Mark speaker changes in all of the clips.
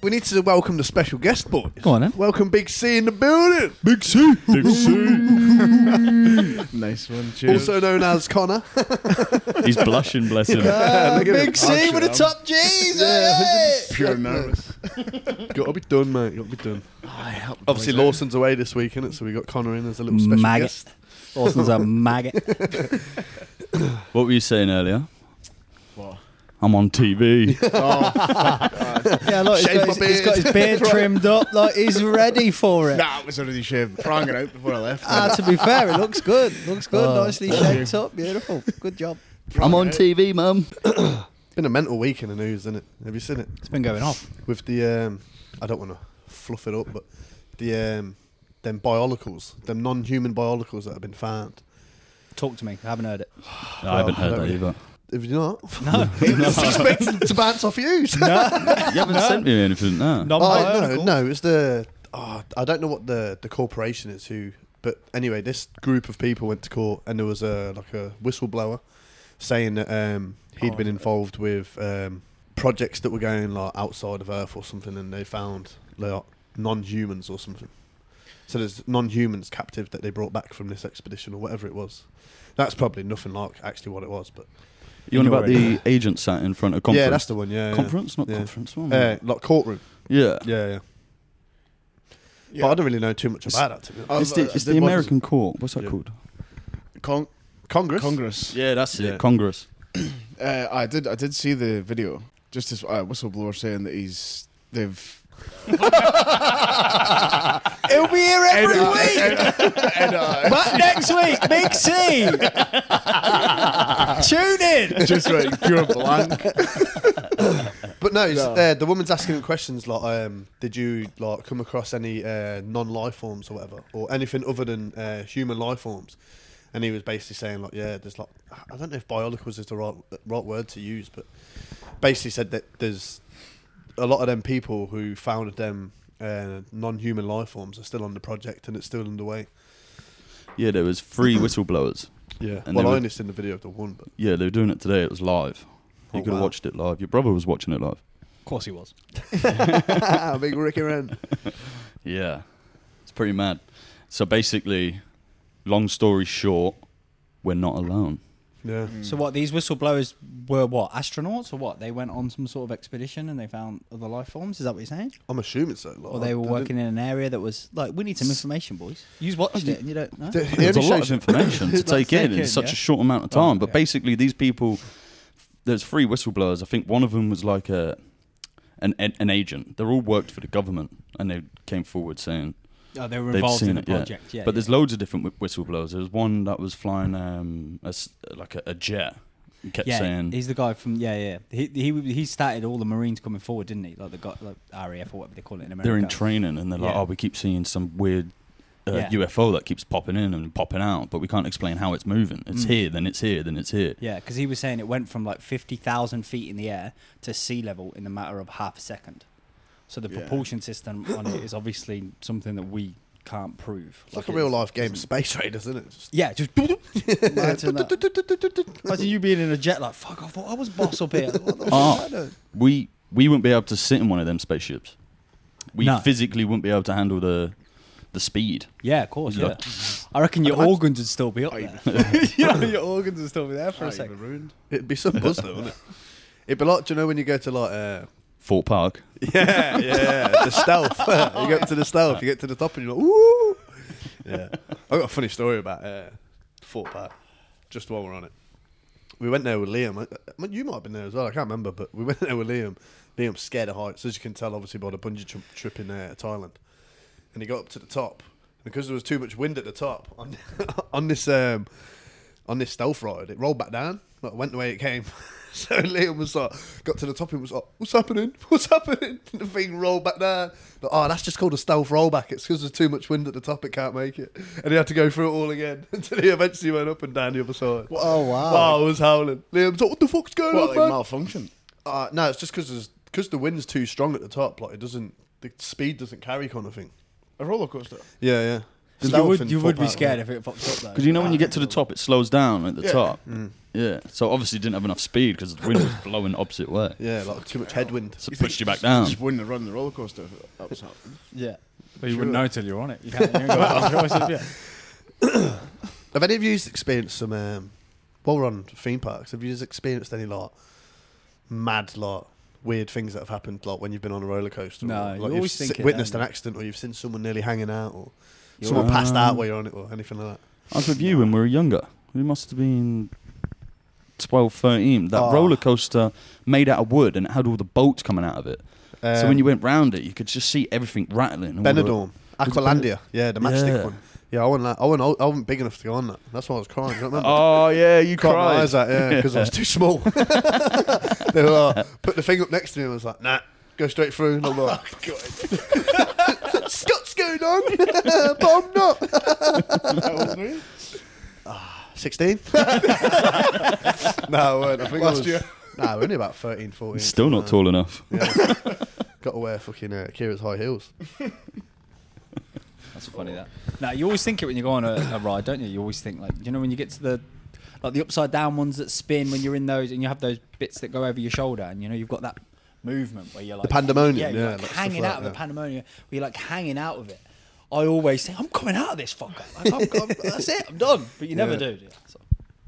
Speaker 1: We need to welcome the special guest, boys.
Speaker 2: Go on, then.
Speaker 1: Welcome Big C in the building,
Speaker 2: Big C. Big C.
Speaker 3: Nice one, cheers.
Speaker 1: also known as Connor.
Speaker 4: He's blushing, bless him.
Speaker 3: Big C with a top
Speaker 1: Jeez,
Speaker 3: Pure nervous.
Speaker 1: Gotta be done, mate. Gotta be done. Obviously, Lawson's away this week, innit? So we got Connor in as a little special
Speaker 2: Maggot.
Speaker 1: guest.
Speaker 2: Lawson's a maggot.
Speaker 4: What were you saying earlier?
Speaker 3: What?
Speaker 4: I'm on TV.
Speaker 2: Yeah, look, he's
Speaker 1: Shave
Speaker 2: got,
Speaker 1: my
Speaker 2: his, he's got his
Speaker 1: beard.
Speaker 2: beard trimmed up. Like he's ready for it.
Speaker 3: Nah, it was already shaved. Prong it out before I left.
Speaker 2: Ah, to be fair, it looks good. Looks good.
Speaker 4: Oh.
Speaker 2: Nicely shaped up. Beautiful. Good job.
Speaker 4: I'm on TV, mum.
Speaker 1: It's been a mental week in the news, isn't it? Have you seen it?
Speaker 2: It's been going off.
Speaker 1: With the, um, I don't want to fluff it up, but the um, them biolicals, them non-human biolicals that have been found.
Speaker 2: Talk to me. I haven't heard it.
Speaker 4: I haven't heard
Speaker 1: don't
Speaker 4: that
Speaker 1: we?
Speaker 4: either.
Speaker 1: Have you not? No. it's expected to bounce off you.
Speaker 4: You haven't sent me anything, no.
Speaker 2: Non
Speaker 1: Oh, no, no, it's the oh, I don't know what the the corporation is who, but anyway, this group of people went to court and there was a like a whistleblower saying that um, he had been involved with um, projects that were going like outside of Earth or something, and they found like non-humans or something. So there's non-humans captive that they brought back from this expedition or whatever it was. That's probably nothing like actually what it was, but
Speaker 4: You on
Speaker 2: You're
Speaker 4: about the agent sat in front of conference?
Speaker 1: yeah, that's the one. Yeah, yeah.
Speaker 4: conference, not
Speaker 1: Yeah.
Speaker 4: conference. One.
Speaker 1: Uh, like courtroom.
Speaker 4: Mm. yeah.
Speaker 1: Yeah, yeah.
Speaker 3: Yeah.
Speaker 1: But I don't really know too much about that. To be honest.
Speaker 4: It's
Speaker 3: I was-
Speaker 4: the,
Speaker 3: I
Speaker 4: it's
Speaker 3: did
Speaker 4: uh, the
Speaker 3: once-
Speaker 4: American court. What's that
Speaker 1: Yeah.
Speaker 4: called?
Speaker 3: Con-
Speaker 1: Congress.
Speaker 3: Congress.
Speaker 4: Yeah, that's
Speaker 1: it.
Speaker 4: Congress.
Speaker 3: Uh, I did. I did see the video. Just as uh, whistleblower saying that he's they've.
Speaker 2: He'll be here every
Speaker 3: Ed-
Speaker 2: week.
Speaker 3: Ed- Ed-
Speaker 2: Back next week, Big C. Tune in.
Speaker 3: just like pure blank.
Speaker 1: But no, it's, uh, the woman's asking him questions like, um, "Did you like come across any uh, non-life forms or whatever, or anything other than uh, human life forms?" And he was basically saying like, "Yeah, there's like I don't know if biolicals is the right right word to use, but basically said that there's a lot of them people who founded them uh, non-human life forms are still on the project and it's still underway."
Speaker 4: Yeah, there was three whistleblowers.
Speaker 1: Yeah.
Speaker 4: And they
Speaker 1: well, I
Speaker 4: were-
Speaker 1: only seen the video of the one, but
Speaker 4: Yeah, they were doing it today. It was live. You
Speaker 1: Oh,
Speaker 4: could have
Speaker 1: wow.
Speaker 4: watched it live. Your brother was watching it live.
Speaker 2: Of course he was.
Speaker 1: big Ricky Ren.
Speaker 4: Yeah, it's pretty mad. So basically, long story short, we're not alone.
Speaker 1: Yeah.
Speaker 2: So what? These whistleblowers were what? Astronauts or what? They went on some sort of expedition and they found other life forms. Is that what you're saying?
Speaker 1: I'm assuming so. Like,
Speaker 2: Or they
Speaker 1: I-
Speaker 2: were
Speaker 1: I didn't-
Speaker 2: working in an area that was like, we need some information, boys. You watched it and you don't know.
Speaker 1: The- the
Speaker 4: There's a
Speaker 1: only
Speaker 4: lot
Speaker 1: shot-
Speaker 4: of information to
Speaker 2: That's
Speaker 4: take in
Speaker 2: taken,
Speaker 4: in such
Speaker 2: yeah. Oh,
Speaker 4: a short amount of time. but
Speaker 2: yeah.
Speaker 4: basically, these people, there's three whistleblowers. I think one of them was like a an an agent. They're all worked for the government, and they came forward saying
Speaker 2: Oh, they were
Speaker 4: they've
Speaker 2: involved
Speaker 4: seen
Speaker 2: in the
Speaker 4: it. yeah.
Speaker 2: project. Yeah.
Speaker 4: but there's loads of different whi- whistleblowers. There's one that was flying um a s like a, a jet. and kept
Speaker 2: yeah,
Speaker 4: saying
Speaker 2: he's the guy from yeah, yeah. He he he started all the Marines coming forward, didn't he? Like the guy, like RAF or whatever they call it in America.
Speaker 4: they're in training and they're like,
Speaker 2: Yeah.
Speaker 4: oh, we keep seeing some weird uh,
Speaker 2: Yeah.
Speaker 4: UFO that keeps popping in and popping out, but we can't explain how it's moving. It's
Speaker 2: Mm.
Speaker 4: here, then it's here, then it's here.
Speaker 2: Yeah, because he was saying it went from like 50,000 feet in the air to sea level in the matter of half a second. So the
Speaker 3: Yeah.
Speaker 2: propulsion system on it is obviously something that we can't prove.
Speaker 1: It's like a real life game of Space Raiders, isn't it? Just
Speaker 2: Yeah, just imagine, that. imagine you being in a jet like fuck. I thought I was boss up here. What the fuck
Speaker 4: Ah.
Speaker 2: am I doing?
Speaker 4: We we wouldn't be able to sit in one of them spaceships. We
Speaker 2: No.
Speaker 4: physically wouldn't be able to handle the the speed.
Speaker 2: Yeah, of course. Yeah,
Speaker 4: Look.
Speaker 2: I reckon your
Speaker 3: I'd imagine-
Speaker 2: organs would still be up
Speaker 3: I'd
Speaker 2: there. you know, your organs would still be there for a
Speaker 3: Aye,
Speaker 2: second.
Speaker 3: we're ruined.
Speaker 1: It'd be some buzz though, wouldn't it? It'd be like, do you know when you go to like, uh,
Speaker 4: Fort Park.
Speaker 1: yeah, yeah, yeah, the stealth. you get to the stealth, you get to the top, and you're like, ooh. Yeah, I got a funny story about uh, Fort Park. Just while we're on it, we went there with Liam. I- I mean, you might have been there as well. I can't remember, but we went there with Liam. Liam's scared of heights, as you can tell, obviously by the bungee trip, trip in uh, Thailand. And he got up to the top because there was too much wind at the top on on this um, on this stealth ride. It rolled back down, but went the way it came. so Liam was like, got to the top and was like, "What's happening? What's happening?" And the thing rolled back down. Like, oh, that's just called a stealth rollback. It's because there's too much wind at the top; it can't make it. And he had to go through it all again until he eventually went up and down the other side.
Speaker 2: Oh wow!
Speaker 1: Oh, I was howling. Liam was like, "What the fuck's going
Speaker 3: What
Speaker 1: on,
Speaker 3: like
Speaker 1: man?"
Speaker 3: malfunction?
Speaker 1: Uh, no, it's just because because the wind's too strong at the top. Like it doesn't, the speed doesn't carry, kind of thing.
Speaker 3: A roller coaster.
Speaker 1: Yeah, yeah.
Speaker 2: You would, you would be scared if it popped up though.
Speaker 4: Because you know when you get to the top, it slows down at the
Speaker 3: Yeah.
Speaker 4: top.
Speaker 1: Mm.
Speaker 4: Yeah. So obviously, it didn't have enough speed because the wind was blowing opposite way.
Speaker 1: Yeah, like too much headwind.
Speaker 4: So it
Speaker 3: think
Speaker 4: pushed you back
Speaker 3: just-
Speaker 4: down.
Speaker 3: Just wouldn't have run the roller coaster if that was happening.
Speaker 2: Yeah.
Speaker 5: But you
Speaker 3: Sure.
Speaker 5: wouldn't know till you're on it. You can't. You ain't got any choices, yeah.
Speaker 1: Have any of you experienced some? Um, while we're on theme parks, have you experienced any like mad like weird things that have happened like when you've been on a roller coaster?
Speaker 2: No,
Speaker 1: or,
Speaker 2: you
Speaker 1: like
Speaker 2: always
Speaker 1: you've
Speaker 2: think it,
Speaker 1: witnessed
Speaker 2: don't
Speaker 1: an
Speaker 2: you?
Speaker 1: accident, or you've seen someone nearly hanging out, or
Speaker 4: You're
Speaker 1: someone
Speaker 4: right.
Speaker 1: passed
Speaker 4: Um,
Speaker 1: out while you're on it, or anything like that.
Speaker 4: I was with you when we were younger. We must have been 12, 13. That
Speaker 1: Oh.
Speaker 4: roller coaster made out of wood and it had all the bolts coming out of it.
Speaker 1: Uh,
Speaker 4: so
Speaker 1: Um,
Speaker 4: when you went round it, you could just see everything rattling. and all the-
Speaker 1: Benidorm,
Speaker 4: Was it
Speaker 1: Aqualandia, yeah, the matchstick
Speaker 4: Yeah.
Speaker 1: one. Yeah, I wasn't, that- I wasn't, I wasn't big enough to go on that. That's why I was crying. You don't remember?
Speaker 4: Oh, yeah, you
Speaker 1: Got my
Speaker 4: cried.
Speaker 1: eyes out, yeah, because I was too small. they were like, put the thing up next to me and I was like, nah, go straight through. And I'm like, Scott's going on, but I'm not.
Speaker 3: How old were you?
Speaker 1: 16? no, I weren't. I think I
Speaker 3: Last
Speaker 1: was,
Speaker 3: year.
Speaker 1: Nah, we're only about 13, 14.
Speaker 4: Still not tall enough.
Speaker 1: Yeah. Got to wear fucking uh, Kira's high heels.
Speaker 2: That's funny that. No, you always think it when you go on a, a ride, don't you? You always think like you know when you get to the like the upside down ones that spin when you're in those and you have those bits that go over your shoulder and you know you've got that movement where you're like
Speaker 1: pandemonium,
Speaker 2: you're
Speaker 1: yeah,
Speaker 2: like
Speaker 1: like stuff
Speaker 2: hanging
Speaker 1: like
Speaker 2: out of
Speaker 1: that.
Speaker 2: the pandemonium where you're like hanging out of it. I always say I'm coming out of this fucker. Like, I'm, I'm, that's it. I'm done. But you never
Speaker 1: Yeah.
Speaker 2: do. do you?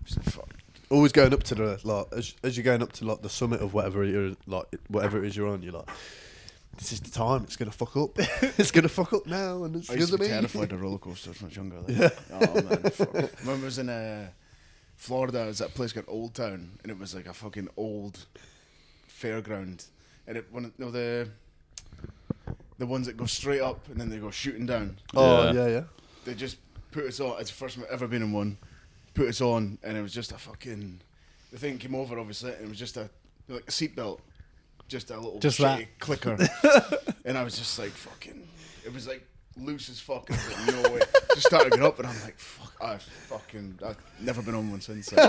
Speaker 2: So,
Speaker 1: Always going up to the like as, as you're going up to like the summit of whatever you're like whatever it is you're on, you're like, this is the time. It's gonna fuck up. it's gonna fuck up now, and it's
Speaker 3: I used to
Speaker 1: gonna
Speaker 3: be
Speaker 1: be
Speaker 3: terrified of roller coasters much younger. Like, Oh man, fuck. Remember I was in uh, Florida. I was at a place called Old Town, and it was like a fucking old fairground, and it one of you know, the the ones that go straight up and then they go shooting down.
Speaker 1: Oh
Speaker 4: Yeah.
Speaker 1: yeah, yeah.
Speaker 3: They just put us on. It's the first time I've ever been in one. Put us on, and it was just a fucking. The thing came over, obviously, and it was just a like a seatbelt, just a little
Speaker 2: Just
Speaker 3: shitty clicker, and I was just like fucking. It was like loose as fuck. and I was like, no way. Just started getting up, and I'm like, fuck. I fucking. I've never been on one since. Like,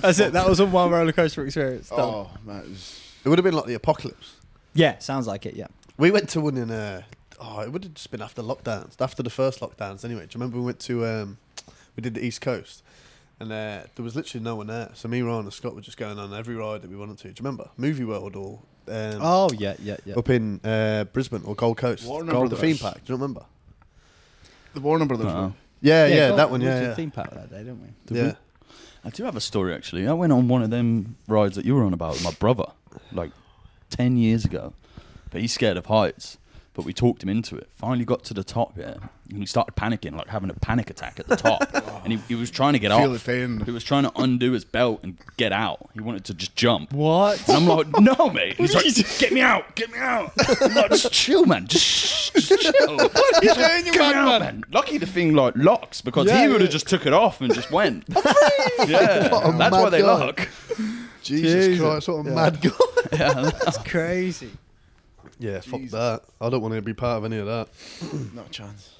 Speaker 2: that's it. That was a one roller coaster experience. Done.
Speaker 3: oh man, it was.
Speaker 1: It would have been like the apocalypse.
Speaker 2: Yeah, sounds like it. Yeah.
Speaker 1: We went to one in uh oh, it would have just been after lockdowns, after the first lockdowns. Anyway, do you remember we went to um, we did the East Coast, and uh, there was literally no one there. So me, Ryan, and Scott were just going on every ride that we wanted to. Do you remember Movie World or um,
Speaker 2: Oh yeah, yeah, yeah.
Speaker 1: up in uh, Brisbane or Gold Coast?
Speaker 3: Warner
Speaker 1: Gold, the theme
Speaker 3: Brothers.
Speaker 1: park. Do you remember?
Speaker 3: The Warner Brothers
Speaker 4: Uh-uh.
Speaker 3: one.
Speaker 1: Yeah, yeah,
Speaker 2: God,
Speaker 1: that one.
Speaker 2: we did
Speaker 1: Yeah, yeah.
Speaker 2: Theme park that day, didn't we?
Speaker 4: Did
Speaker 1: yeah.
Speaker 4: we? I do have a story actually. I went on one of them rides that you were on about with my brother, like ten years ago. But he's scared of heights. But we talked him into it. Finally got to the top, yeah, and he started panicking, like having a panic attack at the top. and he, he was trying to get
Speaker 3: Feel the
Speaker 4: off.
Speaker 3: pain.
Speaker 4: He was trying to undo his belt and get out. He wanted to just jump.
Speaker 2: What?
Speaker 4: And I'm like, no, mate. He's like, get me out, get me out. I'm like, just chill, man. Just, just chill. What
Speaker 3: you doing, you
Speaker 4: get me out,
Speaker 3: madman?
Speaker 4: man. Lucky the thing like locks because
Speaker 1: Yeah,
Speaker 4: he would have
Speaker 1: yeah.
Speaker 4: just took it off and just went. yeah,
Speaker 1: What a
Speaker 4: that's why
Speaker 1: mad
Speaker 4: they
Speaker 1: guy.
Speaker 4: lock.
Speaker 1: Jesus,
Speaker 2: Jesus.
Speaker 1: Christ, what a
Speaker 2: Yeah.
Speaker 1: mad guy.
Speaker 2: That's crazy.
Speaker 1: yeah, fuck
Speaker 3: Jesus.
Speaker 1: that. I don't want to be part of any of that.
Speaker 3: Not a chance.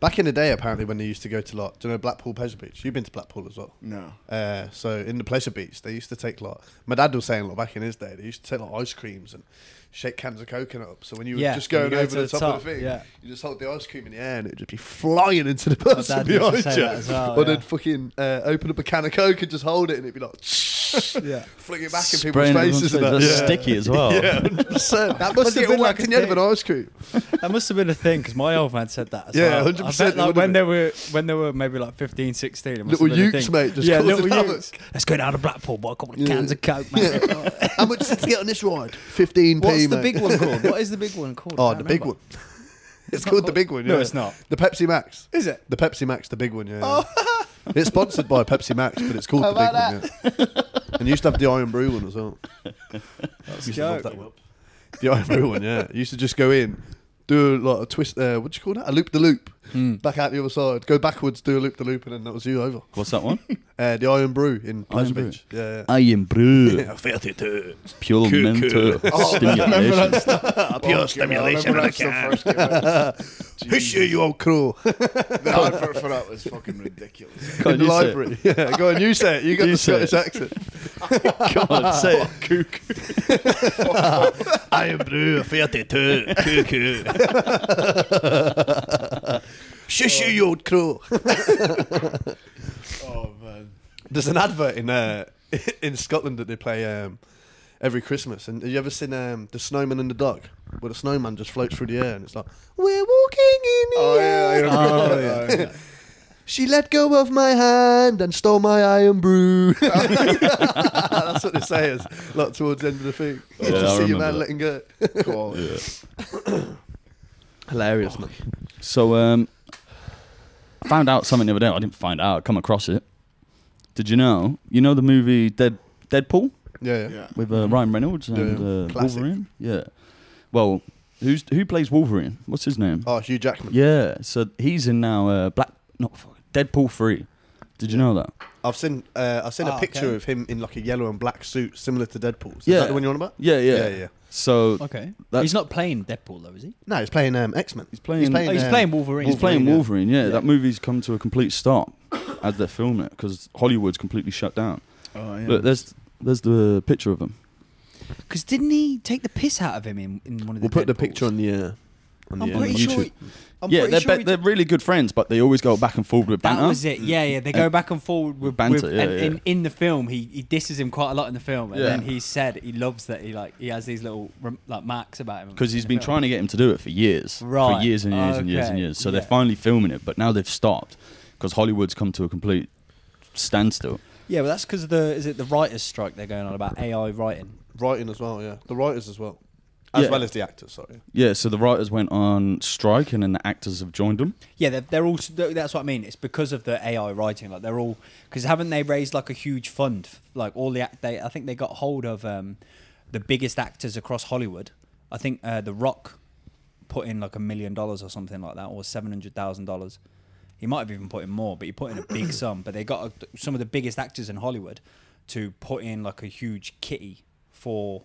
Speaker 1: Back in the day, apparently, when they used to go to like, do you know Blackpool Pleasure Beach? You've been to Blackpool as well.
Speaker 3: No.
Speaker 1: Uh, so in the pleasure beach, they used to take like my dad was saying like back in his day, they used to take like ice creams and shake cans of coconut up. So when you were
Speaker 2: Yeah,
Speaker 1: just
Speaker 2: you
Speaker 1: going
Speaker 2: go
Speaker 1: over
Speaker 2: to
Speaker 1: the,
Speaker 2: the
Speaker 1: top,
Speaker 2: top,
Speaker 1: of the thing,
Speaker 2: yeah.
Speaker 1: you just hold the ice cream in the air and it would just be flying into the person
Speaker 2: dad used to
Speaker 1: behind
Speaker 2: say
Speaker 1: you.
Speaker 2: that as well,
Speaker 1: or
Speaker 2: yeah.
Speaker 1: they'd fucking uh, open up a can of coke and just hold it and it'd be like
Speaker 2: Yeah.
Speaker 1: fling it back in people's
Speaker 4: Spraying everyone's
Speaker 1: faces and that.
Speaker 4: face. That's sticky as well.
Speaker 1: Yeah, hundred percent. That must
Speaker 2: have
Speaker 1: get
Speaker 2: been
Speaker 1: all
Speaker 2: like
Speaker 1: like
Speaker 2: a
Speaker 1: in the end of an ice cream.
Speaker 2: That must have been a thing because my old man said that. As
Speaker 1: Yeah,
Speaker 2: well. I
Speaker 1: 100%
Speaker 2: bet,
Speaker 1: it
Speaker 2: Like
Speaker 1: would
Speaker 2: when
Speaker 1: have
Speaker 2: they were when they were maybe like 15, 16. It must
Speaker 1: Little
Speaker 2: have been a
Speaker 1: ukes,
Speaker 2: thing.
Speaker 1: mate, just
Speaker 2: yeah,
Speaker 1: causing
Speaker 2: little
Speaker 1: havoc.
Speaker 2: ukes. Let's go down to Blackpool, buy a couple of cans of coke, mate.
Speaker 1: How much did you get on this ride? Fifteen p.
Speaker 2: What's the big one called? What is the big one called?
Speaker 1: Oh,
Speaker 2: I
Speaker 1: the
Speaker 2: can't
Speaker 1: big
Speaker 2: remember.
Speaker 1: one. It's
Speaker 2: not
Speaker 1: called the
Speaker 2: called-
Speaker 1: big one.
Speaker 2: No,
Speaker 1: yeah.
Speaker 2: it's not.
Speaker 1: The Pepsi Max.
Speaker 2: Is it?
Speaker 1: The Pepsi Max, the big one, yeah.
Speaker 2: Oh.
Speaker 1: it's sponsored by Pepsi Max, but it's called the big one, yeah. And you used to have the Iron Brew one as well. That's used to love
Speaker 2: dope.
Speaker 1: that one. The Iron Brew one, yeah. You used to just go in, do like a twist, uh, what do you call that? A loop the loop.
Speaker 2: Hmm.
Speaker 1: Back out the other side, go backwards, do a loop the loop, and then that was you over.
Speaker 4: What's that one?
Speaker 1: Uh, the Iron Brew in Pleasure
Speaker 4: Brew.
Speaker 1: Beach. Yeah, yeah.
Speaker 4: I am brew.
Speaker 1: I felt it too.
Speaker 4: Pure mental stimulation.
Speaker 1: Pure
Speaker 3: Fucking hell, I
Speaker 1: stimulation
Speaker 3: remember
Speaker 1: of the
Speaker 3: that's the
Speaker 1: can.
Speaker 3: first game I-
Speaker 1: Who's you, you old crew?
Speaker 3: The advert for that was fucking ridiculous.
Speaker 4: Go on,
Speaker 1: in the
Speaker 4: you say it.
Speaker 1: library. Yeah, go on, you say it. You got
Speaker 4: You
Speaker 1: the
Speaker 4: say
Speaker 1: Scottish
Speaker 4: it.
Speaker 1: accent.
Speaker 4: Go on, say it.
Speaker 1: I am Brew 32. Cuckoo. Shush you, you old crow.
Speaker 3: Oh man.
Speaker 1: There's an advert in uh, in Scotland that they play um, every Christmas. And have you ever seen um, the Snowman and the Dog, where the snowman just floats through the air and it's like, "We're walking in the
Speaker 3: Oh yeah, I
Speaker 1: air."
Speaker 3: remember that. Oh,
Speaker 1: She let go of my hand and stole my iron brew. That's what they say. Is like towards the end of the thing.
Speaker 4: Yeah,
Speaker 1: just
Speaker 4: I
Speaker 1: see your
Speaker 4: remember
Speaker 1: man
Speaker 4: that.
Speaker 1: letting go.
Speaker 3: Cool.
Speaker 1: Hilarious, man.
Speaker 4: So um, I found out something the other day. I didn't find out. I come across it. Did you know? You know the movie Dead Deadpool
Speaker 1: Yeah, yeah.
Speaker 3: Yeah.
Speaker 4: with uh, Ryan Reynolds and uh,
Speaker 1: Mm-hmm. Classic.
Speaker 4: Wolverine. Yeah. Well, who's who plays Wolverine? What's his name?
Speaker 1: Oh, Hugh Jackman.
Speaker 4: Yeah. So he's in now. Uh, Black. Not fuck- Deadpool three. Did you know that?
Speaker 1: I've seen uh, I've seen
Speaker 3: Oh,
Speaker 2: Ah,
Speaker 1: a picture
Speaker 2: okay.
Speaker 1: of him in like a yellow and black suit, similar to Deadpool's. Is
Speaker 4: Yeah.
Speaker 1: that the one you're on about?
Speaker 4: Yeah, yeah.
Speaker 1: yeah, yeah.
Speaker 4: So
Speaker 2: Okay.
Speaker 4: That-
Speaker 2: he's not playing Deadpool though, is he?
Speaker 1: No, he's playing um, X Men.
Speaker 4: He's playing-
Speaker 2: Oh, he's
Speaker 1: um,
Speaker 2: playing Wolverine.
Speaker 4: he's playing
Speaker 1: yeah.
Speaker 4: Wolverine. Yeah,
Speaker 2: Yeah.
Speaker 4: that movie's come to a complete stop as they're filming it because Hollywood's completely shut down.
Speaker 3: Oh yeah.
Speaker 4: Look, there's there's the picture of him.
Speaker 2: Because didn't he take the piss out of him in, in one of the?
Speaker 1: We'll put the
Speaker 2: Deadpools?
Speaker 1: picture on the. Uh, on
Speaker 2: I'm
Speaker 1: the uh,
Speaker 2: pretty sure.
Speaker 4: YouTube.
Speaker 2: he- I'm
Speaker 4: yeah,
Speaker 2: pretty
Speaker 4: they're
Speaker 2: sure
Speaker 4: be-
Speaker 2: he
Speaker 4: they're really good friends, but they always go back and forth with banter.
Speaker 2: That was it. Yeah, yeah. They go
Speaker 4: And-
Speaker 2: back and forward with
Speaker 4: Banter,
Speaker 2: with-
Speaker 4: yeah,
Speaker 2: and
Speaker 4: yeah.
Speaker 2: In, in the film, he, he disses him quite a lot in the film, and
Speaker 4: Yeah.
Speaker 2: then he said he loves that he like he has these little rem- like marks about him
Speaker 4: because he's
Speaker 2: in
Speaker 4: been
Speaker 2: the
Speaker 4: trying to get him to do it for years,
Speaker 2: Right.
Speaker 4: for years and years and years and
Speaker 2: Okay.
Speaker 4: years. So
Speaker 2: Yeah.
Speaker 4: they're finally filming it, but now they've stopped because Hollywood's come to a complete standstill.
Speaker 2: film. Yeah, but that's because the is it the writers' strike they're going on about AI writing.
Speaker 1: writing as well. Yeah, the writers as well, as
Speaker 4: Yeah.
Speaker 1: well as the actors. Sorry.
Speaker 4: Yeah, so the writers went on strike, and then the actors have joined them.
Speaker 2: Yeah, they're, they're all. That's what I mean. It's because of the AI writing. Like they're all because haven't they raised like a huge fund? Like all the act. They I think they got hold of um, the biggest actors across Hollywood. I think uh, The Rock put in like a million dollars or something like that, or seven hundred thousand dollars. He might have even put in more, but he put in a big sum. But they got a, some of the biggest actors in Hollywood to put in like a huge kitty for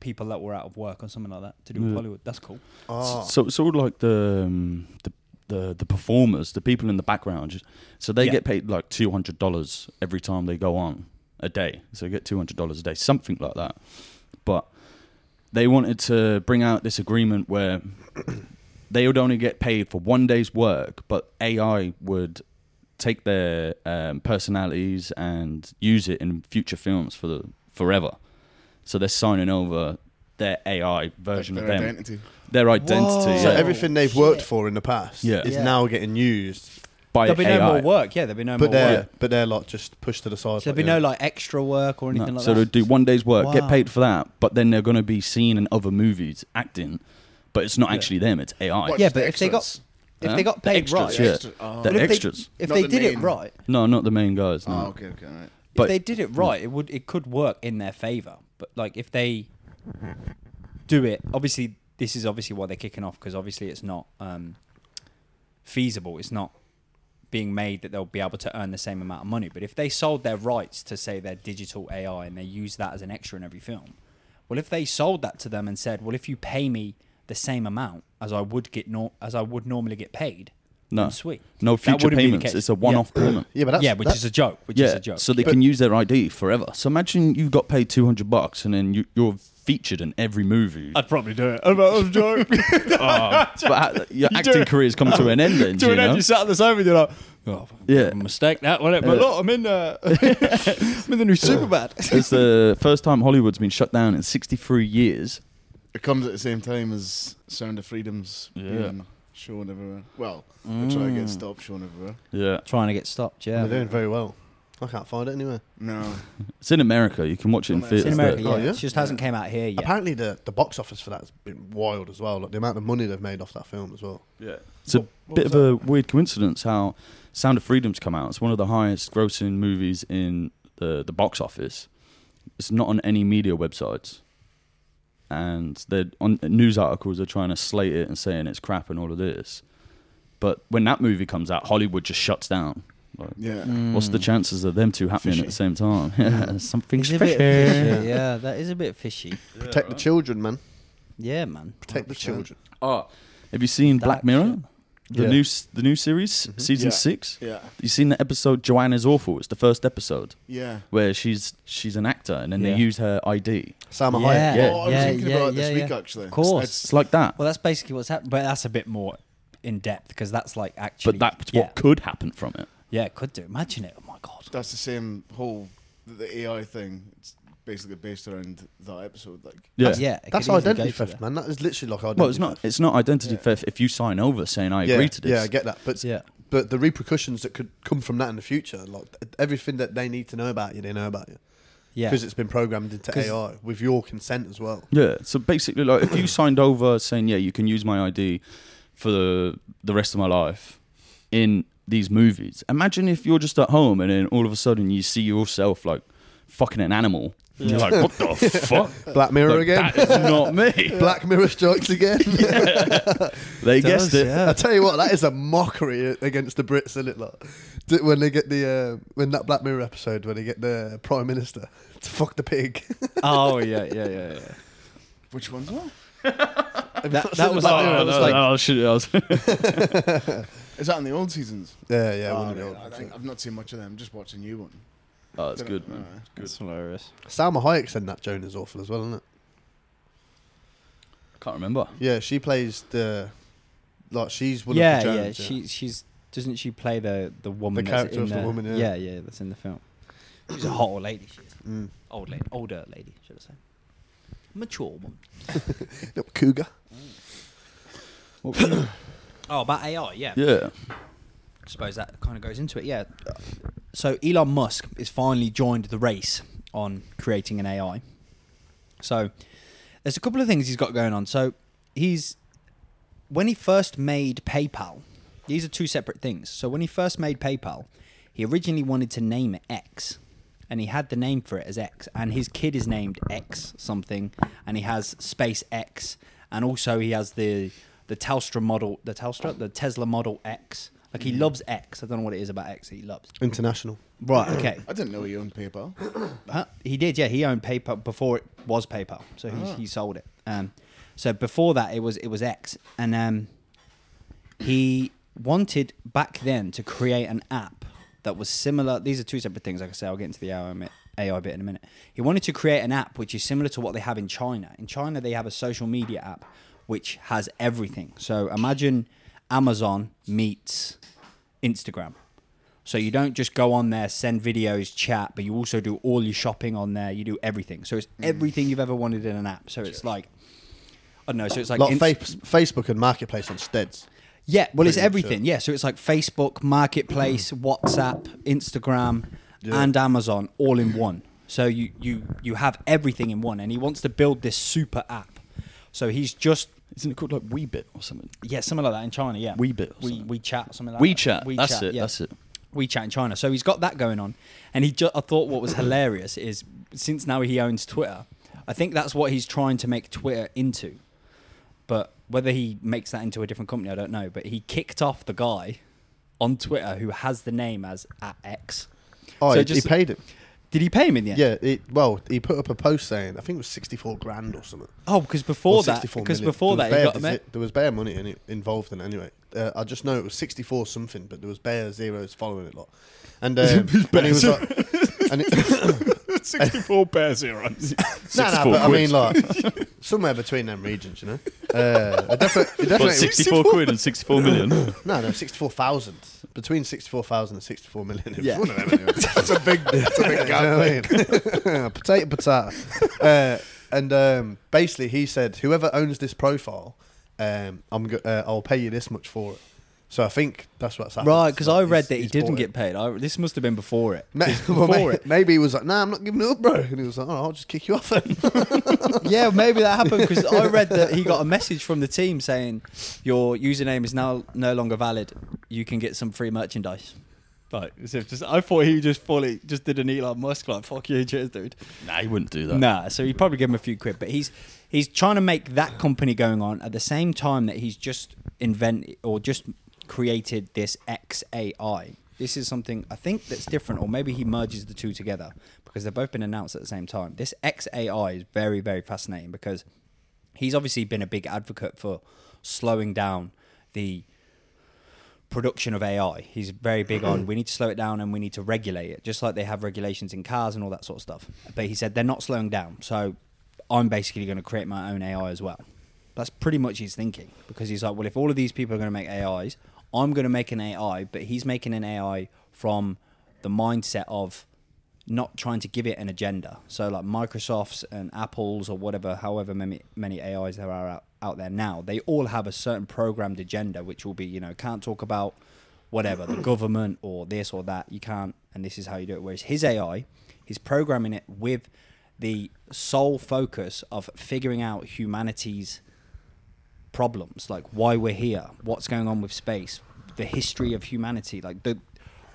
Speaker 2: people that were out of work or something like that to do with
Speaker 1: Mm.
Speaker 4: Yeah.
Speaker 2: Hollywood. That's cool.
Speaker 1: Ah,
Speaker 4: So it's all like the, um, the the the performers, the people in the background. just- So they
Speaker 2: Yeah.
Speaker 4: get paid like two hundred dollars every time they go on a day. So they get two hundred dollars a day, something like that. But they wanted to bring out this agreement where they would only get paid for one day's work, but AI would take their um, personalities and use it in future films for the, forever. So they're signing over their AI version
Speaker 3: their
Speaker 4: of them
Speaker 3: identity.
Speaker 4: their identity
Speaker 2: Whoa.
Speaker 1: so
Speaker 4: yeah,
Speaker 1: everything they've
Speaker 2: Shit.
Speaker 1: worked for in the past
Speaker 4: Yeah.
Speaker 1: is
Speaker 2: Yeah.
Speaker 1: now getting used,
Speaker 4: by
Speaker 2: There'll be
Speaker 4: AI.
Speaker 2: no more work. Yeah, there'll be no
Speaker 1: but
Speaker 2: more
Speaker 1: they're
Speaker 2: work.
Speaker 1: but they're like just pushed to the side.
Speaker 2: So there'll be
Speaker 1: yeah.
Speaker 2: no like extra work or
Speaker 4: No,
Speaker 2: anything like
Speaker 4: so
Speaker 2: that.
Speaker 4: they do one day's work,
Speaker 2: Wow.
Speaker 4: get paid for that, but then they're going to be seen in other movies acting, but it's not
Speaker 2: Yeah.
Speaker 4: actually them; it's AI.
Speaker 3: What,
Speaker 2: Yeah,
Speaker 3: just
Speaker 2: but
Speaker 3: the
Speaker 2: if they got
Speaker 3: extras?
Speaker 2: if
Speaker 4: Huh?
Speaker 2: they got
Speaker 4: The
Speaker 2: paid
Speaker 4: extras,
Speaker 2: right,
Speaker 4: yeah.
Speaker 3: Extra-
Speaker 4: The
Speaker 3: oh.
Speaker 2: but if
Speaker 4: extras.
Speaker 2: They, if
Speaker 3: Not
Speaker 2: they
Speaker 3: the
Speaker 2: did it
Speaker 3: main.
Speaker 2: right,
Speaker 4: No, not the main guys. No.
Speaker 3: Oh, okay, okay, all right.
Speaker 4: But- mm.
Speaker 2: if they did it right, it would it could work in their favor. But like if they do it, obviously this is obviously why they're kicking off because obviously it's not um, feasible. It's not being made that they'll be able to earn the same amount of money. But if they sold their rights to say their digital AI and they use that as an extra in every film, well, if they sold that to them and said, well, if you pay me the same amount as I would get nor- as I would normally get paid,
Speaker 4: No.
Speaker 2: then sweet.
Speaker 4: No
Speaker 2: That
Speaker 4: future
Speaker 2: wouldn't be the
Speaker 4: payments.
Speaker 2: case.
Speaker 4: It's a one-off payment.
Speaker 1: yeah, but that's,
Speaker 2: yeah, which
Speaker 1: that-
Speaker 2: is a joke. Which is
Speaker 4: yeah,
Speaker 2: a joke.
Speaker 4: so they can use their ID forever. So imagine you got paid two hundred bucks, and then you, you're featured in every movie.
Speaker 2: I'd probably do it. I'm a joke.
Speaker 4: but a- your acting career's come to an end. Then, do
Speaker 2: to
Speaker 4: you
Speaker 2: an end,
Speaker 4: know?
Speaker 2: you sat on the sofa and you're like, oh,
Speaker 4: Yeah.
Speaker 2: mistake that, wasn't it? But
Speaker 4: Yeah.
Speaker 2: look, I'm in, uh, I'm in the new Superbad.
Speaker 4: it's the first time Hollywood's been shut down in sixty-three years.
Speaker 3: It comes at the same time as Sound of Freedom's
Speaker 4: Yeah. Mm.
Speaker 3: being shown everywhere. Well, they try to get stopped shown everywhere.
Speaker 4: Yeah,
Speaker 2: Trying to get stopped, yeah.
Speaker 1: They're doing very well. I can't find it anywhere.
Speaker 3: No.
Speaker 4: it's in America. You can watch it in
Speaker 3: It's in
Speaker 4: theaters.
Speaker 2: It's in
Speaker 4: there.
Speaker 2: America, yeah.
Speaker 1: Oh, yeah?
Speaker 2: It just hasn't came out here yet.
Speaker 1: Apparently, the, the box office for that's been wild as well. Like the amount of money they've made off that film as well.
Speaker 4: Yeah. It's a
Speaker 1: What- what
Speaker 4: bit
Speaker 1: was
Speaker 4: of a weird coincidence how Sound of Freedom's come out. It's one of the highest grossing movies in the, the box office. It's not on any media websites. And they're on uh, news articles are trying to slate it and saying it's crap and all of this. But when that movie comes out, Hollywood just shuts down. Like,
Speaker 3: Yeah.
Speaker 4: What's the chances of them two happening at the same time? Yeah, Something's
Speaker 2: It's a
Speaker 4: fishy.
Speaker 2: bit fishy. Yeah, that is a bit fishy.
Speaker 1: Protect the children, man.
Speaker 2: Yeah, man.
Speaker 1: Protect the children.
Speaker 4: Oh, have you seen Black
Speaker 2: That
Speaker 4: Mirror? The
Speaker 1: Yeah.
Speaker 4: new s- the new series, season
Speaker 3: Yeah.
Speaker 4: six.
Speaker 3: Yeah.
Speaker 4: You seen the episode Joanna's awful? It's the first episode
Speaker 3: Yeah.
Speaker 4: where she's she's an actor and then
Speaker 2: Yeah.
Speaker 4: they use her ID.
Speaker 1: Sam
Speaker 2: Yeah.
Speaker 1: Hayek.
Speaker 4: Yeah.
Speaker 3: Oh, I was thinking about it this week actually.
Speaker 2: Of course.
Speaker 3: It's-
Speaker 4: It's like that.
Speaker 2: well, that's basically what's happened, but that's a bit more in depth because that's like actually.
Speaker 4: But that's
Speaker 2: yeah,
Speaker 4: what could happen from it.
Speaker 2: yeah, it could do. Imagine it. Oh my god.
Speaker 3: That's the same whole the AI thing. It's basically based around that episode. Like,
Speaker 4: Yeah.
Speaker 2: That's- yeah. it
Speaker 1: That's
Speaker 2: could easily
Speaker 1: identity
Speaker 2: go to
Speaker 1: theft,
Speaker 2: there.
Speaker 1: man. That is literally like identity
Speaker 4: Well, it's not.
Speaker 1: theft.
Speaker 4: It's not identity
Speaker 3: Yeah.
Speaker 4: theft if you sign over saying I
Speaker 1: yeah,
Speaker 4: agree to this.
Speaker 1: Yeah, I get that. But
Speaker 4: Yeah.
Speaker 1: but the repercussions that could come from that in the future, like everything that they need to know about you, they know about you.
Speaker 2: Yeah.
Speaker 1: Because it's been programmed into
Speaker 2: 'Cause-
Speaker 1: AI with your consent as well.
Speaker 4: Yeah. So basically, like, if you signed over saying, "Yeah, you can use my ID for the the rest of my life," in these movies, imagine if you're just at home and then all of a sudden you see yourself like fucking an animal. You're like, "What the fuck?"
Speaker 1: Black Mirror
Speaker 4: Like,
Speaker 1: again.
Speaker 4: That is not me.
Speaker 1: Black Mirror strikes again.
Speaker 4: they
Speaker 2: does,
Speaker 4: guessed it.
Speaker 1: I tell you what, that is a mockery against the Brits, isn't it? Like, D- when they get the uh, when that Black Mirror episode when they get the Prime Minister to fuck the pig.
Speaker 2: oh yeah, yeah, yeah, yeah.
Speaker 3: which one's that?
Speaker 1: Have you
Speaker 2: That-
Speaker 1: not
Speaker 2: that
Speaker 1: seen
Speaker 2: was
Speaker 1: the Black
Speaker 2: like-
Speaker 1: Mirror
Speaker 2: that was like-
Speaker 1: episode?
Speaker 4: oh, shit, I was-
Speaker 3: Is that in the old seasons?
Speaker 1: yeah, yeah.
Speaker 3: Oh,
Speaker 1: one of the
Speaker 3: right,
Speaker 1: old
Speaker 3: I
Speaker 1: ones,
Speaker 3: think-
Speaker 1: yeah.
Speaker 3: I've not seen much of them. Just watching you one.
Speaker 4: oh, it's good, man.
Speaker 5: It's hilarious.
Speaker 1: Salma Hayek's in that Joan is awful as well, isn't it?
Speaker 4: I can't remember.
Speaker 1: Yeah, she plays the like she's one
Speaker 2: yeah,
Speaker 1: of the
Speaker 2: yeah.
Speaker 1: Jones.
Speaker 2: She she's doesn't she play the the woman? that's
Speaker 1: character
Speaker 2: in
Speaker 1: of the woman, yeah.
Speaker 2: yeah, that's in the film. She's a hot old lady. She is.
Speaker 1: Mm.
Speaker 2: Old lady, older lady, should I say? Mature woman.
Speaker 1: Little cougar.
Speaker 2: Oh, about AI, yeah.
Speaker 4: Yeah.
Speaker 2: I suppose that kind of goes into it, yeah. So Elon Musk is finally joined the race on creating an AI. So there's a couple of things he's got going on. So he's when he first made PayPal, these are two separate things. So when he first made PayPal, he originally wanted to name it X, and he had the name for it as X, and his kid is named X something, and he has Space X, and also he has the the Telstra model, the Telstra, the Tesla Model X. Like he loves X. I don't know what it is about X that he loves.
Speaker 1: International.
Speaker 2: Right. Okay.
Speaker 3: I didn't know you owned PayPal.
Speaker 2: Huh? He did, yeah. He owned PayPal before it was PayPal, so he, he sold it. Um, so before that, it was it was X, and um, he wanted back then to create an app that was similar. These are two separate things. Like I say, I'll get into the AI bit, AI bit in a minute. He wanted to create an app which is similar to what they have in China. In China, they have a social media app which has everything. So imagine Amazon meets Instagram. So you don't just go on there, send videos, chat, but you also do all your shopping on there. You do everything. So it's
Speaker 1: Mm.
Speaker 2: everything you've ever wanted in an app. So it's like, I don't know. So it's like
Speaker 1: Like,
Speaker 2: Inst-
Speaker 1: face- Facebook and Marketplace on steads.
Speaker 2: yeah, well, it's
Speaker 1: Pretty much
Speaker 2: everything. Yeah, so it's like Facebook, Marketplace, WhatsApp, Instagram,
Speaker 1: Yeah.
Speaker 2: and Amazon all in one. So you you you have everything in one, and he wants to build this super app. So he's just
Speaker 4: Isn't it called like Weebit or something?
Speaker 2: yeah, something like that in China. Yeah,
Speaker 4: Weebit or
Speaker 2: we
Speaker 4: something.
Speaker 2: WeChat, something like
Speaker 4: WeChat.
Speaker 2: that.
Speaker 4: That's it. That's it.
Speaker 2: WeChat in China. So he's got that going on. And he ju- I thought what was hilarious is since now he owns Twitter, I think that's what he's trying to make Twitter into. But whether he makes that into a different company, I don't know. But he kicked off the guy on Twitter who has the name as at X.
Speaker 1: Oh,
Speaker 2: So
Speaker 1: he,
Speaker 2: just-
Speaker 1: he paid him.
Speaker 2: Did he pay him in the end?
Speaker 1: Yeah. he- well, he put up a post saying I think it was sixty-four grand or something.
Speaker 2: Oh, because
Speaker 1: Or
Speaker 2: before that,
Speaker 1: 64
Speaker 2: because
Speaker 1: million.
Speaker 2: before
Speaker 1: There
Speaker 2: that,
Speaker 1: was
Speaker 2: he
Speaker 1: bare
Speaker 2: got eh? a me-
Speaker 1: desi- there was bare money in it involved in it anyway. Uh, I just know it was sixty-four something, but there was bare zeros following it lot. And, um, and he was like, and it,
Speaker 5: 64 pair zeros.
Speaker 1: no, no,
Speaker 4: 64
Speaker 1: but I
Speaker 4: quid.
Speaker 1: mean like somewhere between them regions, you know. Uh, I definitely, it
Speaker 4: Well,
Speaker 1: definitely,
Speaker 4: 64 quid and 64 million.
Speaker 1: no, no, sixty-four thousand between sixty-four thousand and sixty-four million. It was
Speaker 2: Yeah.
Speaker 1: one of them anyway.
Speaker 3: That's a big, that's a big
Speaker 1: You know
Speaker 3: gap.
Speaker 1: what I mean? potato, potato. Uh, and um, basically, he said, "Whoever owns this profile, um, I'm go- uh, I'll pay you this much for it." So I think that's what's happened.
Speaker 2: right? Because
Speaker 1: Like,
Speaker 2: I read
Speaker 1: he's-
Speaker 2: that he
Speaker 1: he's
Speaker 2: didn't
Speaker 1: bought
Speaker 2: get
Speaker 1: it.
Speaker 2: paid. I, this must have been before it.
Speaker 1: Ma- well,
Speaker 2: before
Speaker 1: may-
Speaker 2: it.
Speaker 1: Maybe he was like, "Nah, I'm not giving it up, bro." And he was like, "Oh, I'll just kick you off." Then.
Speaker 2: yeah, maybe that happened because I read that he got a message from the team saying your username is now no longer valid. You can get some free merchandise.
Speaker 5: Like, as if just, I thought he just fully just did an Elon Musk like fuck you, cheers, dude.
Speaker 4: nah, he wouldn't do that.
Speaker 2: Nah, so he probably give him a few quid, but he's he's trying to make that company going on at the same time that he's just invent or just created this XAI. This is something I think that's different, or maybe he merges the two together because they've both been announced at the same time. This XAI is very very fascinating because he's obviously been a big advocate for slowing down the production of AI. He's very big on we need to slow it down and we need to regulate it, just like they have regulations in cars and all that sort of stuff. But he said they're not slowing down, so I'm basically going to create my own AI as well. That's pretty much his thinking because he's like, well, if all of these people are going to make AIs, I'm going to make an AI, but he's making an AI from the mindset of not trying to give it an agenda. So like Microsoft's and Apple's or whatever, however many many AIs there are out, out there now, they all have a certain programmed agenda, which will be you know can't talk about whatever the government or this or that. You can't, and this is how you do it. Whereas his AI, he's programming it with the sole focus of figuring out humanity's problems, like why we're here, what's going on with space, the history of humanity, like the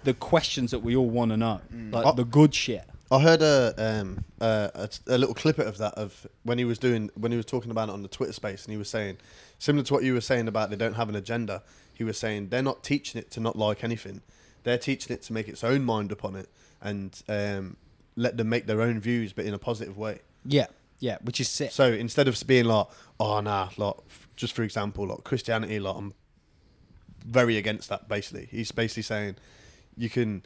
Speaker 2: the questions that we all want to know, like
Speaker 1: Oh.
Speaker 2: the good shit.
Speaker 1: I heard a um uh, a, a little clippet of that of when he was doing when he was talking about it on the Twitter space and he was saying similar to what you were saying about they don't have an agenda. He was saying they're not teaching it to not like anything. They're teaching it to make its own mind up on it and um, let them make their own views, but in a positive way.
Speaker 2: Yeah, yeah, which is sick.
Speaker 1: So instead of being like, oh nah, like f- just for example, like Christianity, like I'm very against that. Basically, he's basically saying you can.